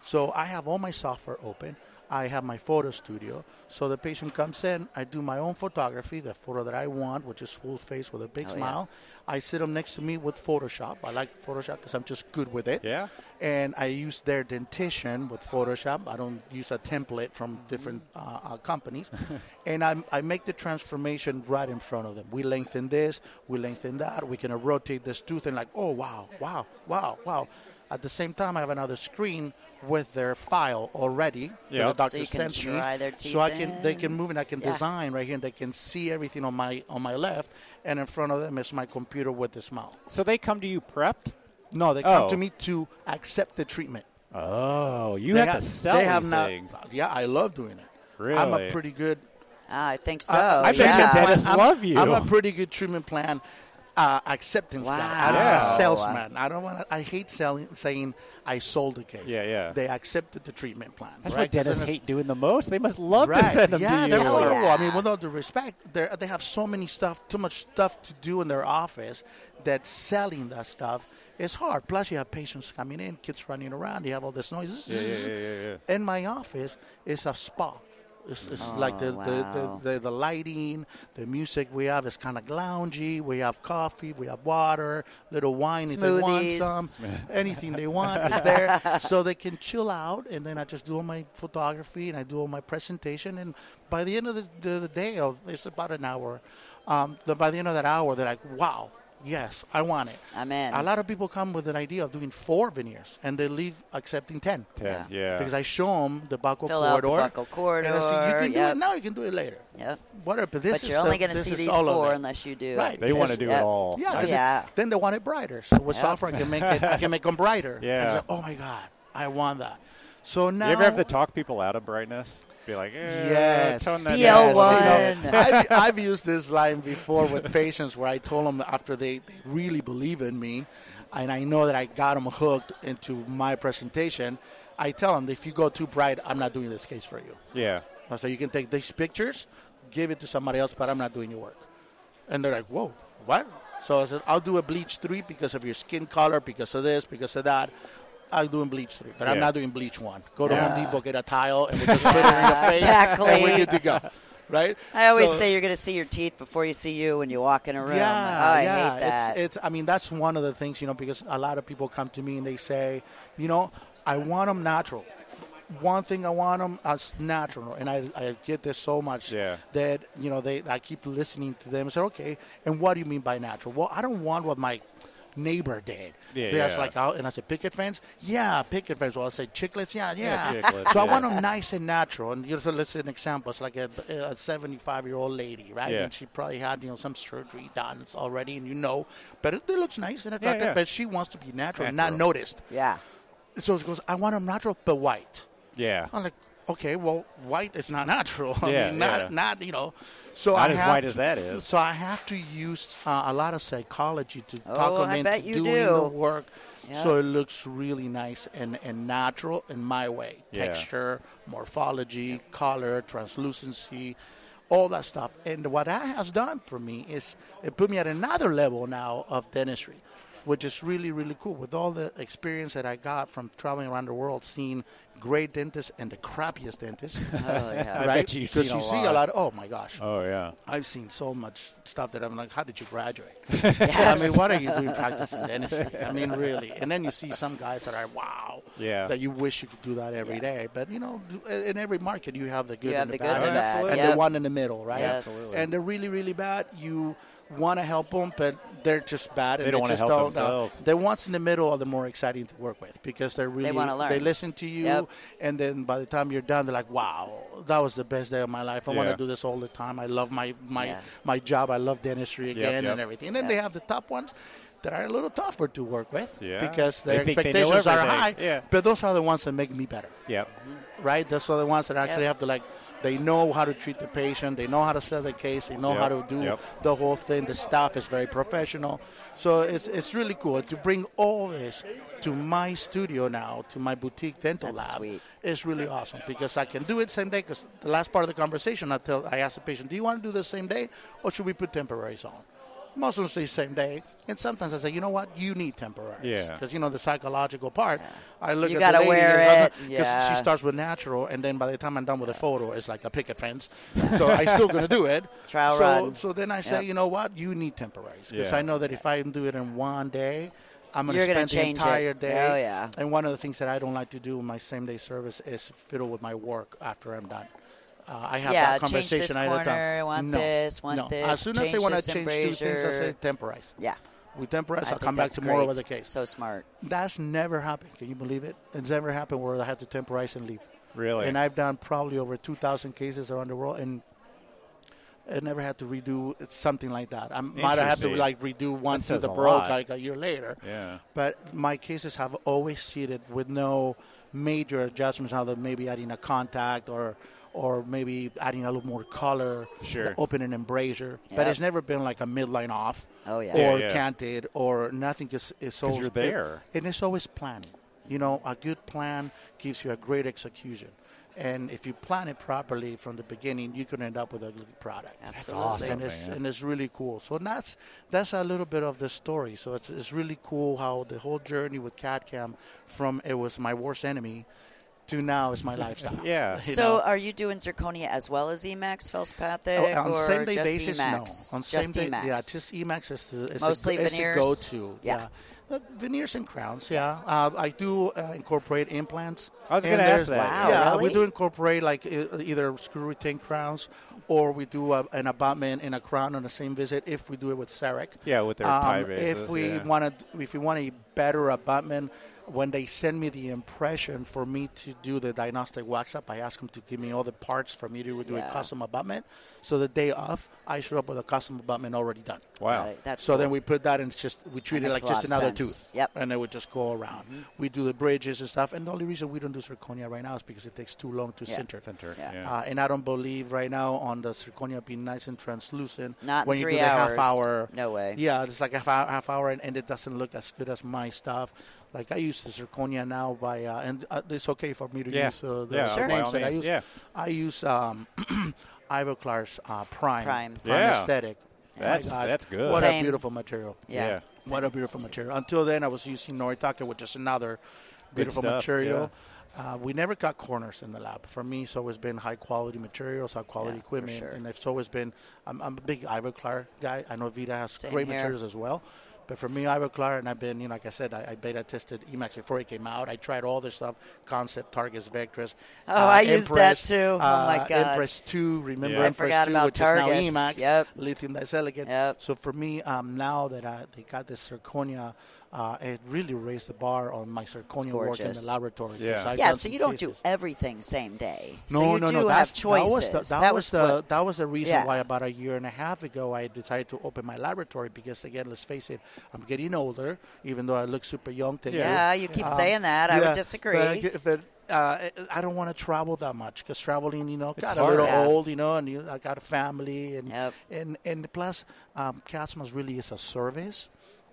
S7: So I have all my software open. I have my photo studio. So the patient comes in. I do my own photography, the photo that I want, which is full face with a
S1: Oh,
S7: big smile. I sit them next to me with Photoshop. I like Photoshop because I'm just good with it.
S1: Yeah.
S7: And I use their dentition with Photoshop. I don't use a template from different uh, uh, companies. and I, I make the transformation right in front of them. We lengthen this, we lengthen that, we can rotate this tooth and, like, oh, wow, wow, wow, wow. At the same time, I have another screen with their file already. that
S1: Yeah.
S7: The
S2: So
S7: doctor
S2: you can
S7: sent me,
S2: try their teeth
S7: so I can they
S2: in.
S7: can move and I can
S2: Yeah.
S7: design right here, and they can see everything on my on my left, and in front of them is my computer with the smile.
S1: So they come to you prepped.
S7: No, they come
S1: Oh.
S7: to me to accept the treatment.
S1: Oh, you
S7: They
S1: have,
S7: ha-
S1: to sell
S7: they have
S1: these
S7: not-
S1: things.
S7: Yeah, I love doing it. I'm a
S1: Really?
S7: pretty good.
S2: Ah, I think so.
S1: I
S7: I-
S1: bet your
S2: yeah.
S1: dentist- Just
S7: I'm,
S1: love you.
S7: I'm a pretty good treatment plan uh, acceptance guy. I don't
S1: Wow.
S7: want a salesman. I don't want. to I hate selling, saying I sold the case.
S1: Yeah, yeah.
S7: They accepted the treatment plan.
S1: That's
S7: right?
S1: what dentists
S7: Because then it's-
S1: hate doing the most. They must love
S7: Right.
S1: to send them
S7: yeah,
S1: to you.
S7: they're horrible.
S2: Yeah.
S7: I mean, with all due respect, they they have so many stuff, too much stuff to do in their office that selling that stuff is hard. Plus, you have patients coming in, kids running around, you have all this noise.
S1: Yeah, yeah, yeah, yeah, yeah.
S7: In my office is a spa. It's, it's like the,
S2: wow.
S7: the, the, the, the lighting, the music we have is kind of loungy. We have coffee, we have water, little wine if they want
S2: Smoothies.
S7: some, anything they want is there. so they can chill out, and then I just do all my photography and I do all my presentation. And by the end of the, the, the day, of, it's about an hour. Um, the, by the end of that hour, they're like, wow. Yes, I want it.
S2: I'm in.
S7: A lot of people come with an idea of doing four veneers, and they leave accepting ten.
S1: Yeah. yeah.
S7: Because I show them the buckle
S2: Fill out the
S7: corridor.
S2: buccal corridor,
S7: And I say, you can do
S2: yep.
S7: it now, you can do it later.
S2: Yep.
S7: Whatever. But this
S2: But
S7: is
S2: you're only
S7: the-
S2: going to
S7: this
S2: see
S7: is
S2: these
S7: all of
S2: four
S7: it.
S2: unless you do.
S7: Right.
S1: they want to do
S7: Yes.
S2: Yeah.
S1: it all.
S7: Yeah, 'cause it-
S2: Yeah.
S7: then they want it brighter. So with
S2: Yep.
S7: software, I can make it. I can make them brighter.
S1: Yeah.
S7: And it's like, oh my god, I want that. So now
S1: You ever have to talk people out of brightness? Be like, eh,
S7: Yes.
S1: tone that down.
S2: BL1.
S7: Yes. You know, I've, I've used this line before with patients where I told them after they, they really believe in me and I know that I got them hooked into my presentation, I tell them if you go too bright, I'm not doing this case for you.
S1: Yeah.
S7: So you can take these pictures, give it to somebody else, but I'm not doing your work. And they're like, whoa, what? So I said, I'll do a bleach three because of your skin color, because of this, because of that. I'm doing bleach three, but I'm
S1: Yeah.
S7: not doing bleach one. Go to Home Depot, get a tile, and we just put it in your face, and
S2: exactly.
S7: we're good to go. Right?
S2: I always
S7: So-
S2: say you're going to see your teeth before you see you when you walk in a room.
S7: yeah,
S2: oh, I
S7: yeah.
S2: hate that.
S7: It's, it's, I mean, that's one of the things, you know, because a lot of people come to me and they say, you know, I want them natural. One thing I want them is natural, and I, I get this so much
S1: Yeah.
S7: that you know they I keep listening to them and say, okay, and what do you mean by natural? Well, I don't want what my neighbor did.
S1: Yeah,
S7: That's
S1: yeah.
S7: like out and I said picket fence. Yeah, picket fence. Well, I said chiclets. Yeah, yeah.
S1: Yeah, chiclets,
S7: so I
S1: yeah.
S7: want them nice and natural. And you know, so let's say an example. It's like a, a 75 year old lady, right?
S1: Yeah.
S7: And she probably had you know some surgery done already, and you know, but it, it looks nice and attractive.
S1: yeah.
S7: But she wants to be natural, and not
S1: Natural.
S7: noticed.
S2: yeah.
S7: So she goes, I want them natural, but white.
S1: Yeah.
S7: I'm like, okay, well, white is not natural. I
S1: Yeah,
S7: mean, not,
S1: yeah.
S7: not you know. So
S1: Not
S7: I
S1: as
S7: have
S1: white
S7: to-
S1: as that is.
S7: So I have to use uh, a lot of psychology to talk
S2: Oh,
S7: them
S2: I
S7: into
S2: bet you
S7: doing
S2: do.
S7: the work,
S2: Yeah.
S7: so it looks really nice and, and natural in my way.
S1: Yeah.
S7: Texture, morphology, color, translucency, all that stuff. And what that has done for me is it put me at another level now of dentistry. which is really, really cool. With all the experience that I got from traveling around the world, seeing great dentists and the crappiest dentists.
S2: Oh, yeah.
S1: I bet you've
S7: Because
S1: seen
S7: you
S1: a
S7: see
S1: lot.
S7: a lot. Oh my gosh,
S1: Oh yeah.
S7: I've seen so much stuff that I'm like, how did you graduate?
S2: Yes.
S7: I mean, what are you doing practicing dentistry? I mean, really. And then you see some guys that are wow,
S1: Yeah.
S7: that you wish you could do that every day. But you know, uh, in every market you have the good,
S2: You have
S7: and
S2: the
S7: the,
S2: good and the
S7: bad,
S1: and-
S2: bad.
S1: absolutely.
S7: and
S2: Yep.
S7: the one in the middle, right?
S2: Yes. Absolutely.
S7: And they're really, really bad. You want to help them, but they're just bad. And
S1: They don't wanna
S7: just
S1: help
S7: don't, uh,
S1: themselves.
S7: the ones in the middle are the more exciting to work with because they're really
S2: wanna learn.
S7: They listen to you,
S2: Yep.
S7: and then by the time you're done, they're like, "Wow, that was the best day of my life. I want
S1: Yeah.
S7: to do this all the time. I love my my
S2: Yeah.
S7: my job. I love dentistry again
S1: yep.
S7: and everything." And then they have the top ones. That are a little tougher to work with
S1: Yeah.
S7: because
S1: They
S7: their
S1: think they know
S7: expectations are
S1: everything.
S7: high.
S1: Yeah.
S7: But those are the ones that make me better
S1: Yep.
S7: right? Those are the ones that actually
S2: Yep.
S7: have to like, they know how to treat the patient, they know how to sell the case, they know
S1: Yep,
S7: how to do
S1: yep.
S7: the whole thing. The staff is very professional, so it's it's really cool to bring all this to my studio now, to my boutique dental
S2: That's
S7: lab.
S2: sweet.
S7: It's really awesome because I can do it same day. Because the last part of the conversation, I tell, I ask the patient, "Do you want to do this same day, or should we put temporaries on?" Most of them say same day, and sometimes I say, you know what, you need temporaries,
S1: Yeah.
S7: because you know the psychological part. I look
S2: You
S7: at
S2: gotta
S7: the lady
S2: wear
S7: and-
S2: it,
S7: 'cause
S2: yeah.
S7: she starts with natural, and then by the time I'm done with the photo, it's like a picket fence. So I'm still gonna do it.
S2: Trial
S7: so,
S2: run.
S7: So then I say,
S2: Yep.
S7: you know what? You need temporaries because
S1: Yeah.
S7: I know that if I do it in one day, I'm gonna
S2: You're gonna
S7: spend the
S2: change it.
S7: entire day.
S2: Oh, yeah.
S7: And one of the things that I don't like to do in my same day service is fiddle with my work after I'm done. Uh, I have
S2: Yeah,
S7: that
S2: change this
S7: conversation. I don't have time.
S2: corner, want
S7: no,
S2: this, want
S7: no.
S2: this,
S7: As soon as they
S2: change
S7: want to
S2: this
S7: change two things, I say
S2: embrasure.
S7: temporize.
S2: Yeah.
S7: We temporize.
S2: I
S7: I'll
S2: think
S7: come back
S2: that's
S7: tomorrow
S2: great.
S7: with a case.
S2: So smart.
S7: That's never happened. Can you believe it? It's never happened where I had to temporize and leave.
S1: Really?
S7: And I've done probably over 2,000 cases around the world, and I never had to redo something like that. I might have had to
S1: Interesting.
S7: like redo one
S1: That
S7: to
S1: says
S7: the
S1: a
S7: broke
S1: lot.
S7: like a year later.
S1: Yeah.
S7: But my cases have always seated with no major adjustments, other maybe adding a contact or or maybe adding a little more color,
S1: Sure.
S7: open an embrasure.
S2: Yep.
S7: But it's never been like a midline off
S2: Oh, yeah.
S7: or
S1: Yeah, yeah.
S7: canted or nothing is, is always
S1: you're there.
S7: it- and it's always planning. You know, a good plan gives you a great execution. And if you plan it properly from the beginning, you can end up with a good product. That's
S1: awesome,
S7: and it's,
S1: man.
S7: and it's really cool. So that's that's a little bit of the story. So it's, it's really cool how the whole journey with CADCAM from it was my worst enemy to now is my lifestyle.
S1: Yeah.
S7: You
S2: so
S7: know?
S2: are you doing zirconia as well as Emax, feldspathic,
S7: Oh, on
S2: or
S7: same day
S2: just
S7: basis,
S2: Emax?
S7: no. On
S2: just
S7: same day,
S2: Emax.
S7: yeah, just Emax is the is
S2: Mostly
S7: a, is a
S2: veneers?
S7: go-to.
S2: Yeah.
S7: Uh, veneers and crowns. Yeah, uh, I do uh, incorporate implants.
S1: I was
S7: and
S1: gonna ask
S7: there's-
S1: that. Wow,
S7: yeah,
S2: really?
S7: we do incorporate like e- either screw retain crowns, or we do a, an abutment and a crown on the same visit if we do it with CEREC.
S1: Yeah, with their tie bases,
S7: If we
S1: yeah.
S7: want to, if we want a better abutment. When they send me the impression for me to do the diagnostic wax up, I ask them to give me all the parts for me to do
S2: Yeah.
S7: a custom custom abutment. So the day of, I show up with a custom abutment already done.
S1: Wow.
S2: Got it. That's
S7: so
S2: cool.
S7: then we put that and it's just we treat
S2: That
S7: it
S2: makes
S7: like
S2: a lot
S7: just
S2: of
S7: another
S2: sense.
S7: tooth.
S2: Yep. Mm-hmm.
S7: And then we just go around. We do the bridges and stuff. And the only reason we don't do zirconia right now is because it takes too long to
S2: Yeah.
S7: center.
S1: Center.
S2: Yeah.
S1: Yeah.
S7: Uh, and I don't believe right now on the zirconia being nice and translucent.
S2: Not
S7: when you
S2: three
S7: do the
S2: hours.
S7: half hour.
S2: No way.
S7: Yeah, it's like a half hour, half hour and, and it doesn't look as good as my stuff. Like I use the zirconia now by, uh, and uh, it's okay for me to
S1: Yeah.
S7: use uh, the
S1: Yeah, Sure. by
S7: names
S1: all
S7: that I
S1: means,
S7: use.
S1: yeah.
S7: I use um, Ivoclar's uh, Prime.
S2: Prime.
S1: Yeah.
S7: aesthetic. My
S1: That's-
S7: gosh,
S1: that's good.
S7: What
S2: Same.
S7: a beautiful material.
S2: yeah.
S1: Yeah.
S7: What a beautiful material. Until then, I was using Noritake, which is another beautiful
S1: stuff,
S7: material. Uh, we never cut corners in the lab. For me, it's always been high quality materials, high quality
S2: Yeah, for
S7: equipment,
S2: sure.
S7: and it's always been. I'm, I'm a big Ivoclar guy. I know Vita has
S2: Same
S7: great
S2: here.
S7: materials as well, but for me, Ivoclar, and I've been, you know, like I said, I, I beta tested Emacs before it came out. I tried all this stuff: concept, targets, vectors. uh,
S2: Oh, I used that
S7: Empress,
S2: too. Oh, my
S7: uh,
S2: God.
S7: Empress two, remember
S1: Yeah. I
S7: Empress
S2: forgot
S7: two,
S2: about
S7: which
S2: targets.
S7: is now Emacs,
S2: Yep.
S7: lithium disilicate.
S2: Yep.
S7: So for me, um, now that I they got this zirconia, uh, it really raised the bar on my zirconia work in the
S2: gorgeous.
S7: laboratory. 'cause
S1: Yeah.
S7: I've
S2: Yeah,
S7: done
S2: so
S7: some
S2: you don't do
S7: cases.
S2: everything same day.
S7: No,
S2: so you
S7: no,
S2: do
S7: no.
S2: have
S7: that's,
S2: choices.
S7: That was the, that was the
S2: what-
S7: that was the reason
S2: Yeah.
S7: why about a year and a half ago I decided to open my laboratory because again, let's face it, I'm getting older. Even though I look super young today. Um,
S2: Yeah, you keep saying that. I would disagree.
S7: But, I get- but, uh, I don't want to travel that much because traveling, you know, got a
S1: hard.
S7: little
S2: Yeah.
S7: old, you know, and you, I got a family, and
S2: Yep.
S7: and and plus, um, Cosmos really is a service.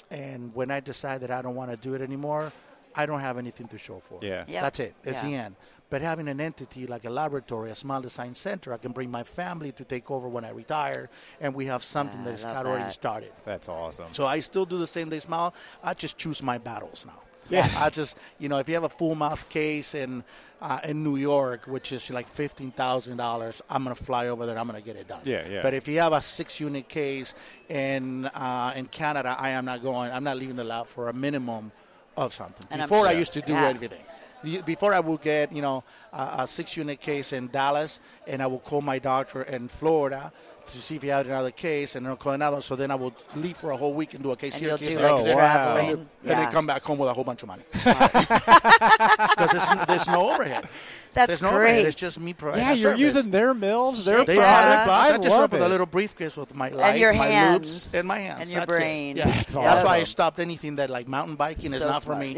S7: And when I decide that I don't want to do it anymore, I don't have anything to show for it.
S1: Yeah.
S2: Yeah.
S7: That's it. It's the
S2: Yeah.
S7: end. But having an entity like a laboratory, a small design center, I can bring my family to take over when I retire, and we have something
S2: Yeah, I
S7: that's
S2: love
S7: got already
S2: that.
S7: started.
S1: That's awesome.
S7: So I still do the same day smile. I just choose my battles now. Yeah. I just, you know, if you have a full mouth case in uh, in New York, which is like fifteen thousand dollars, I'm gonna fly over there. I'm gonna get it done.
S1: Yeah, yeah.
S7: But if you have a six unit case in uh, in Canada, I am not going. I'm not leaving the lab for a minimum of something.
S2: And I'm
S7: Before I
S2: sure-
S7: used to do
S2: yeah.
S7: everything. You- Before I would get, you know, a, a six-unit case in Dallas, and I would call my doctor in Florida to see if he had another case, and then I'll call another. So then I would leave for a whole week and do a case
S2: And
S7: here,
S2: you'll
S7: case
S2: do
S7: there,
S2: like
S7: case there,
S2: traveling.
S7: and, then-
S2: Yeah.
S7: and then come back home with a whole bunch of money because there's, there's no overhead.
S2: That's
S7: There's no
S2: great.
S7: overhead. It's just me providing.
S1: yeah,
S7: a
S1: you're
S7: service.
S1: using their mills, their
S7: They
S1: products.
S7: product.
S1: I
S7: I, just
S1: love
S7: up with
S1: it.
S7: a little briefcase with my light,
S2: And your
S7: my
S2: hands.
S7: loops, and my hands,
S2: And your
S7: That's it.
S2: brain.
S7: Yeah,
S2: That's
S7: that's, why I
S1: awesome.
S7: stopped anything that like mountain biking is
S2: So
S7: not for
S2: smart.
S7: me.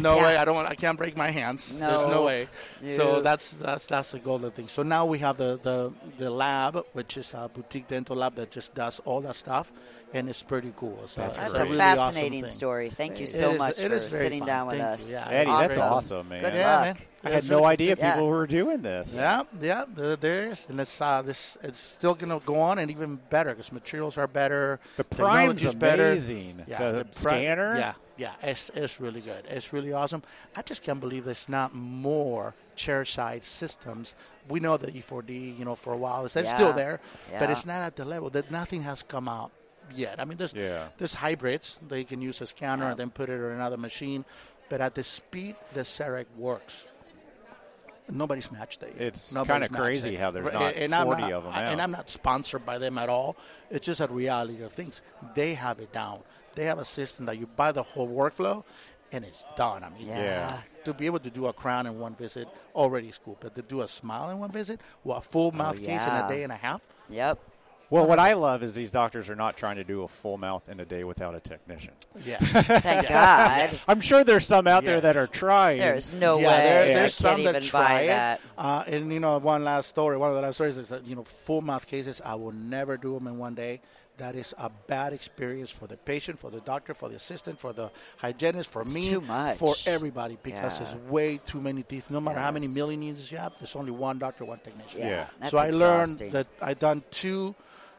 S7: no
S2: Yeah.
S7: way. I don't. want I can't break my hands. There's
S2: No.
S7: no way.
S2: You-
S7: So that's that's that's the golden thing. So now we have the the the lab, which is a boutique dental lab that just does all that stuff, and it's pretty cool. So
S1: That's
S2: That's
S7: it's
S1: great.
S2: a
S7: really awesome
S2: fascinating
S7: thing.
S2: story. Thank you
S7: It
S2: so
S7: is-
S2: much
S7: it
S2: for
S7: is very
S2: sitting
S7: fun.
S2: down with
S7: Thank you.
S2: us.
S7: Yeah,
S1: Eddie, that's
S2: Awesome.
S1: awesome, man.
S2: Good
S7: Yeah,
S2: luck.
S7: man.
S1: I
S7: It
S1: had
S7: was
S1: no
S7: really
S1: idea
S2: Yeah.
S1: people were doing this.
S7: Yeah, yeah, there, there is, and it's uh, this. It's still gonna go on and even better because materials are better.
S1: The prime's
S7: technology's better.
S1: amazing. The
S7: pri-
S1: scanner?
S7: Yeah, yeah, it's it's really good. It's really awesome. I just can't believe there's not more chairside systems. We know the E4D, you know, for a while it's it's
S2: Yeah.
S7: still there, but
S2: Yeah.
S7: it's not at the level that nothing has come out yet. I mean, there's
S1: Yeah.
S7: there's hybrids. They can use a scanner and then put it on another machine, but at the speed the CEREC works, nobody's matched it. yet.
S1: It's
S7: Nobody's
S1: kinda
S7: matched
S1: crazy
S7: it.
S1: how there's
S7: Right,
S1: not
S7: and I'm
S1: 40
S7: not-
S1: of 'em
S7: I- And
S1: out.
S7: I'm not sponsored by them at all. It's just a reality of things. They have it down. They have a system that you buy the whole workflow, and it's done. I mean,
S2: Yeah. Yeah.
S7: To be able to do a crown in one visit already is cool, but to do a smile in one visit or a full
S1: Oh,
S7: mouth case in
S2: yeah.
S7: a day and a half,
S2: Yep.
S1: Well, what I love is these doctors are not trying to do a full mouth in a day without a technician.
S7: yeah.
S2: Thank God.
S1: I'm sure there's some out there
S7: Yes.
S1: that are trying.
S2: There's no
S7: yeah,
S2: way.
S7: there-
S2: I
S7: there's
S2: can't
S7: some
S2: even
S7: that
S2: buy
S7: try it.
S2: that.
S7: Uh, and you know, one last story. One of the last stories is that you know, full mouth cases. I will never do them in one day. That is a bad experience for the patient, for the doctor, for the assistant, for the hygienist, for me,
S2: too much.
S7: for everybody, because
S2: Yeah.
S7: it's way too many teeth. No matter how many
S2: Yes.
S7: million years you have, there's only one doctor, one technician.
S2: Yeah, Yeah. that's
S7: So I learned
S2: exhausting.
S7: that I done two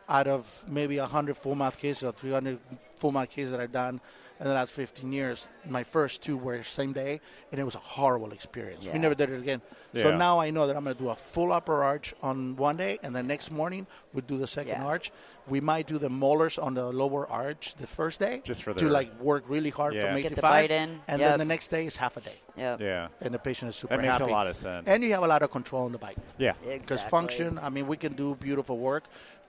S7: out of maybe 100 full mouth cases or 300 full mouth cases that I've done in the last 15 years. My first two were same day, and it was a horrible experience.
S2: Yeah.
S7: We never did it again. So
S1: Yeah.
S7: now I know that I'm going to do a full upper arch on one day, and the next morning we do the second
S2: Yeah.
S7: arch. We might do the molars on the lower arch the first day,
S1: Just for
S7: to
S1: their-
S7: like work really hard
S1: Yeah.
S7: from eight
S1: Get
S7: to
S2: the
S7: five,
S2: bite in.
S7: and
S2: Yep.
S7: then the next day is half a day,
S2: Yep.
S1: Yeah.
S7: and the patient is super
S1: That makes
S7: happy.
S1: a lot of sense.
S7: And you have a lot of control on the bite
S1: yeah.
S7: because
S2: Exactly.
S7: function i mean we can do beautiful work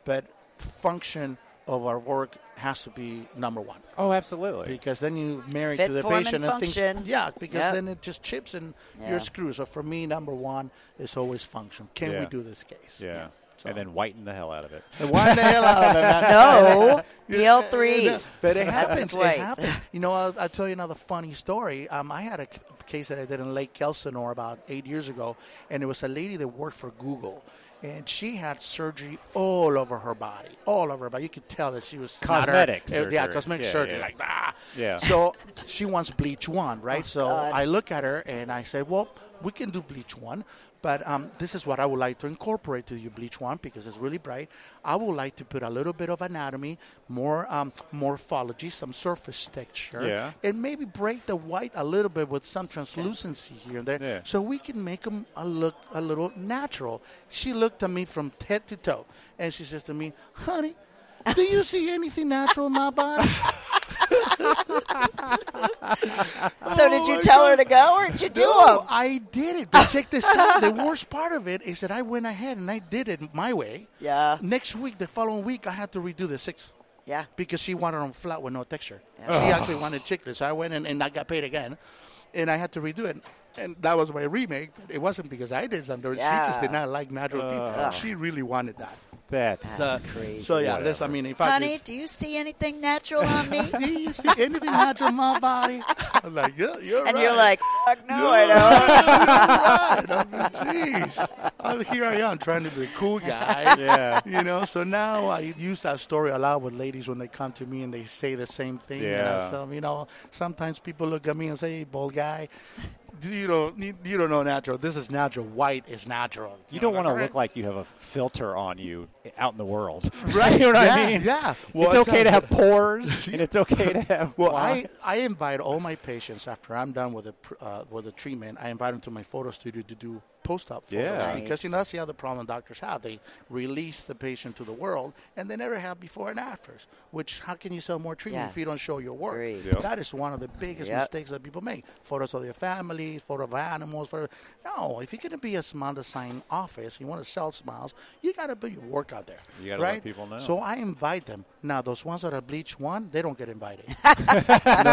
S7: but function of our work has to be number one
S1: Oh, absolutely.
S7: because then you marry
S2: Fit,
S7: to the
S2: form, and
S7: patient and,
S2: function.
S7: things yeah because
S2: Yep.
S7: then it just chips and
S2: Yeah.
S7: you're screwed so for me number one is always function can we
S1: Yeah.
S7: do this case
S1: Yeah.
S7: So-
S1: And then whiten the hell out of it.
S7: And why the hell out of it, man?
S2: No, PL3.
S7: But it
S2: That's
S7: happens.
S2: his
S7: It
S2: weight.
S7: happens. You know, I'll, I'll tell you another funny story. Um, I had a c- case that I did in Lake Elsinore about eight years ago, and it was a lady that worked for Google. And she had surgery all over her body, all over her body. You could tell that she was not her-
S1: Cosmetic
S7: uh, yeah,
S1: surgery.
S7: cosmetic
S1: Yeah,
S7: surgery,
S1: yeah.
S7: like ah.
S1: Yeah.
S7: So she wants bleach one, right? so I look at her and I said, well, we can do bleach one, but um, this is what I would like to incorporate to you, bleach one, because it's really bright. I would like to put a little bit of anatomy, more um, morphology, some surface texture,
S1: Yeah.
S7: and maybe break the white a little bit with some translucency here and there,
S1: Yeah.
S7: so we can make them a look a little natural. She looked at me from head to toe, and she says to me, honey, do you see anything natural in my body?
S2: So did you tell her to go or did you do
S7: No,
S2: them?
S7: I did it. But check this out. The worst part of it is that I went ahead and I did it my way.
S2: Yeah.
S7: Next week, the following week, I had to redo the six
S2: Yeah.
S7: because she wanted them flat with no texture.
S2: Yeah.
S7: She actually wanted chicklets. So I went and, and I got paid again, and I had to redo it. And that was my remake. It wasn't because I did something. She just
S2: Yeah.
S7: did not like natural teeth. She really wanted that.
S1: That's
S6: That's
S7: So-
S6: crazy.
S7: So yeah, this I mean, if I
S6: Honey,
S7: could-
S6: do you see anything natural on me?
S7: do you see anything out of my body? I'm like, yeah, you're
S6: and
S7: right.
S6: you're like, fuck no, I don't.
S7: Jeez, I'm- here I am trying to be a cool guy.
S1: Yeah.
S7: You know, so now I use that story a lot with ladies when they come to me and they say the same thing. you know.
S1: Yeah.
S7: so, you know, sometimes people look at me and say, hey, bald guy, you don't, you, you don't know natural. This is natural. White is natural.
S1: You don't
S7: know,
S1: want to
S7: like,
S1: look like you have a filter on you out in the world,
S7: Right,
S1: you know what
S7: yeah,
S1: I mean?
S7: yeah.
S1: Well,
S7: Well,
S1: it's
S7: it's
S1: okay to
S7: not-
S1: have pores, and it's okay to have.
S7: Well, I,
S1: lines.
S7: I invite all my patients after I'm done with the pr- uh, with the treatment. I invite them to my photo studio to do post op photos
S1: Yeah.
S7: because you
S6: Nice.
S7: know that's the other problem doctors have. They release the patient to the world and they never have before and afters. Which how can you sell more treatment if you
S6: Yes.
S7: don't show your work?
S6: Agreed.
S1: Yep.
S7: That is one of the biggest
S6: Yep.
S7: mistakes that people make. Photos of their families, photo of animals. Photo... No, if you're going to be a smile design office, you want to sell smiles, you got to put your work out there.
S1: You gotta let
S7: right?
S1: people know.
S7: So I invite them. Now, those ones that are bleached one, they don't get invited. no,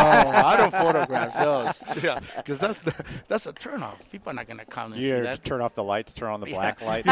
S7: I don't photograph those. Yeah, because that's the, that's a turnoff. People are not going to come and
S1: you
S7: see
S1: just
S7: that.
S1: turn off the lights, turn on the black light.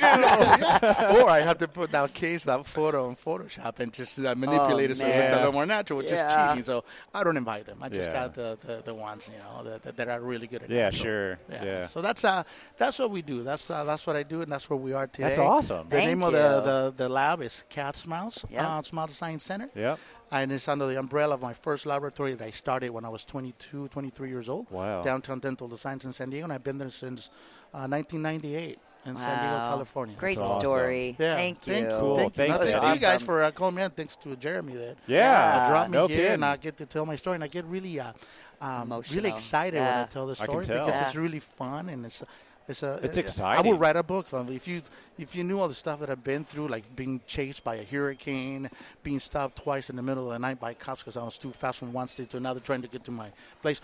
S7: or I have to put that case, that photo in Photoshop and just uh, manipulate it so it looks a
S1: man.
S7: little more natural, which
S6: Yeah.
S7: is cheating. So I don't invite them. I just
S1: Yeah.
S7: got the, the, the ones you know that, that, that are really good at
S1: Yeah,
S7: natural.
S1: sure. Yeah.
S7: So that's uh that's what we do. That's uh, that's what I do, and that's where we are today.
S1: That's awesome.
S7: The
S6: Thank
S7: name of
S6: you.
S7: the, the, the lab is Cat Smiles
S6: Yeah.
S7: uh, Smile Design Center.
S1: Yep.
S7: And it's under the umbrella of my first laboratory that I started when I was 22, 23 years old.
S1: Wow.
S7: Downtown Dental Designs in San Diego, and I've been there since uh, 1998 in San Diego,
S6: Wow.
S7: California.
S6: Great
S1: That's awesome.
S6: story.
S7: Yeah.
S6: Thank you.
S7: Thank you.
S1: Cool.
S7: Thank
S1: Thanks,
S7: you.
S6: That's
S7: Thank you guys
S6: awesome.
S7: for uh, calling me on. Thanks to Jeremy that
S1: Yeah,
S7: uh, dropped me
S1: no
S7: here
S1: kidding.
S7: and I get to tell my story and I get really uh, um, really
S6: Emotional.
S7: excited when
S6: Yeah.
S7: I tell the
S1: I can
S7: story
S1: tell.
S7: because
S6: Yeah.
S7: it's really fun and it's it's a
S1: It's
S7: uh, I
S1: exciting.
S7: would write a book from if you if you knew all the stuff that I've been through, like being chased by a hurricane, being stopped twice in the middle of the night by cops because I was too fast from one state to another trying to get to my place,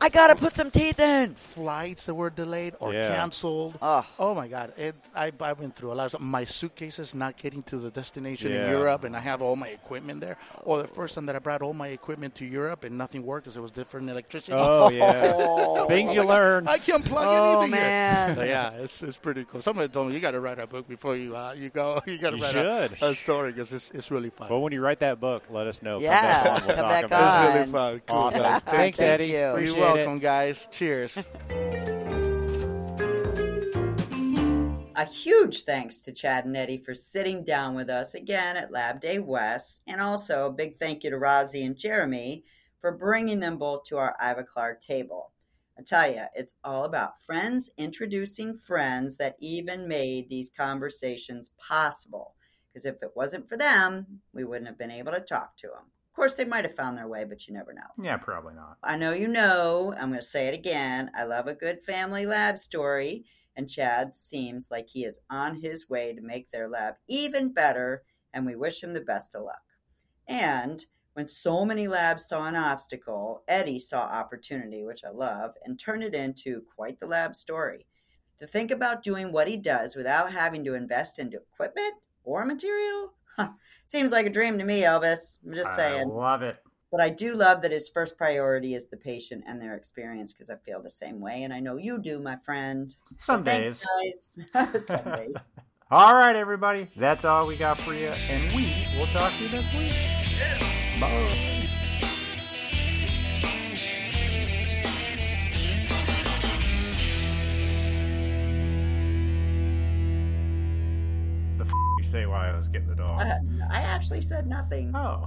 S6: I gotta put some teeth in.
S7: flights that were delayed or
S1: Yeah.
S7: canceled.
S6: Ugh.
S7: Oh my God! It, I I went through a lot. Of, my suitcases not getting to the destination
S1: Yeah.
S7: in Europe, and I have all my equipment there. Or the first time that I brought all my equipment to Europe and nothing worked because it was different electricity.
S1: Oh yeah, things you learn.
S7: I can't plug
S6: Oh,
S7: anything
S6: man.
S7: in. So, yeah, it's, it's pretty cool. Somebody told me you got to write a book before you uh, you go. You got to
S1: You
S7: write a-
S1: should.
S7: A, story because it's, it's really fun.
S1: But when you write that book, let us know. Come
S6: Yeah,
S1: back on. We'll
S6: come
S1: talk
S6: back
S1: about
S7: it's
S1: it.
S7: really
S6: on.
S7: fun. Cool.
S1: Awesome.
S7: guys.
S1: Thanks,
S6: Thank
S1: Eddie.
S6: you. You're
S7: You're
S1: Appreciate
S7: welcome,
S1: It.
S7: guys. Cheers.
S2: A huge thanks to Chad and Eddie for sitting down with us again at Lab Day West, and also a big thank you to Rozzy and Jeremy for bringing them both to our Iva Clark table. I tell you, it's all about friends introducing friends that even made these conversations possible. Because if it wasn't for them, we wouldn't have been able to talk to them. Of course, they might have found their way, but you never know.
S8: Yeah, probably not.
S2: I know you know, I'm going to say it again. I love a good family lab story, and Chad seems like he is on his way to make their lab even better, and we wish him the best of luck. And when so many labs saw an obstacle, Eddie saw opportunity, which I love, and turned it into quite the lab story. To think about doing what he does without having to invest into equipment or material huh, seems like a dream to me, Elvis. I'm just saying.
S8: I love it.
S2: But I do love that his first priority is the patient and their experience because I feel the same way. And I know you do, my friend.
S8: Some
S2: Thanks,
S8: days.
S2: guys. Some days.
S8: All right, everybody. That's all we got for you, and we will talk to you next week. Bye. The f- you say why I was getting the dog?
S2: I actually said nothing.
S8: Oh.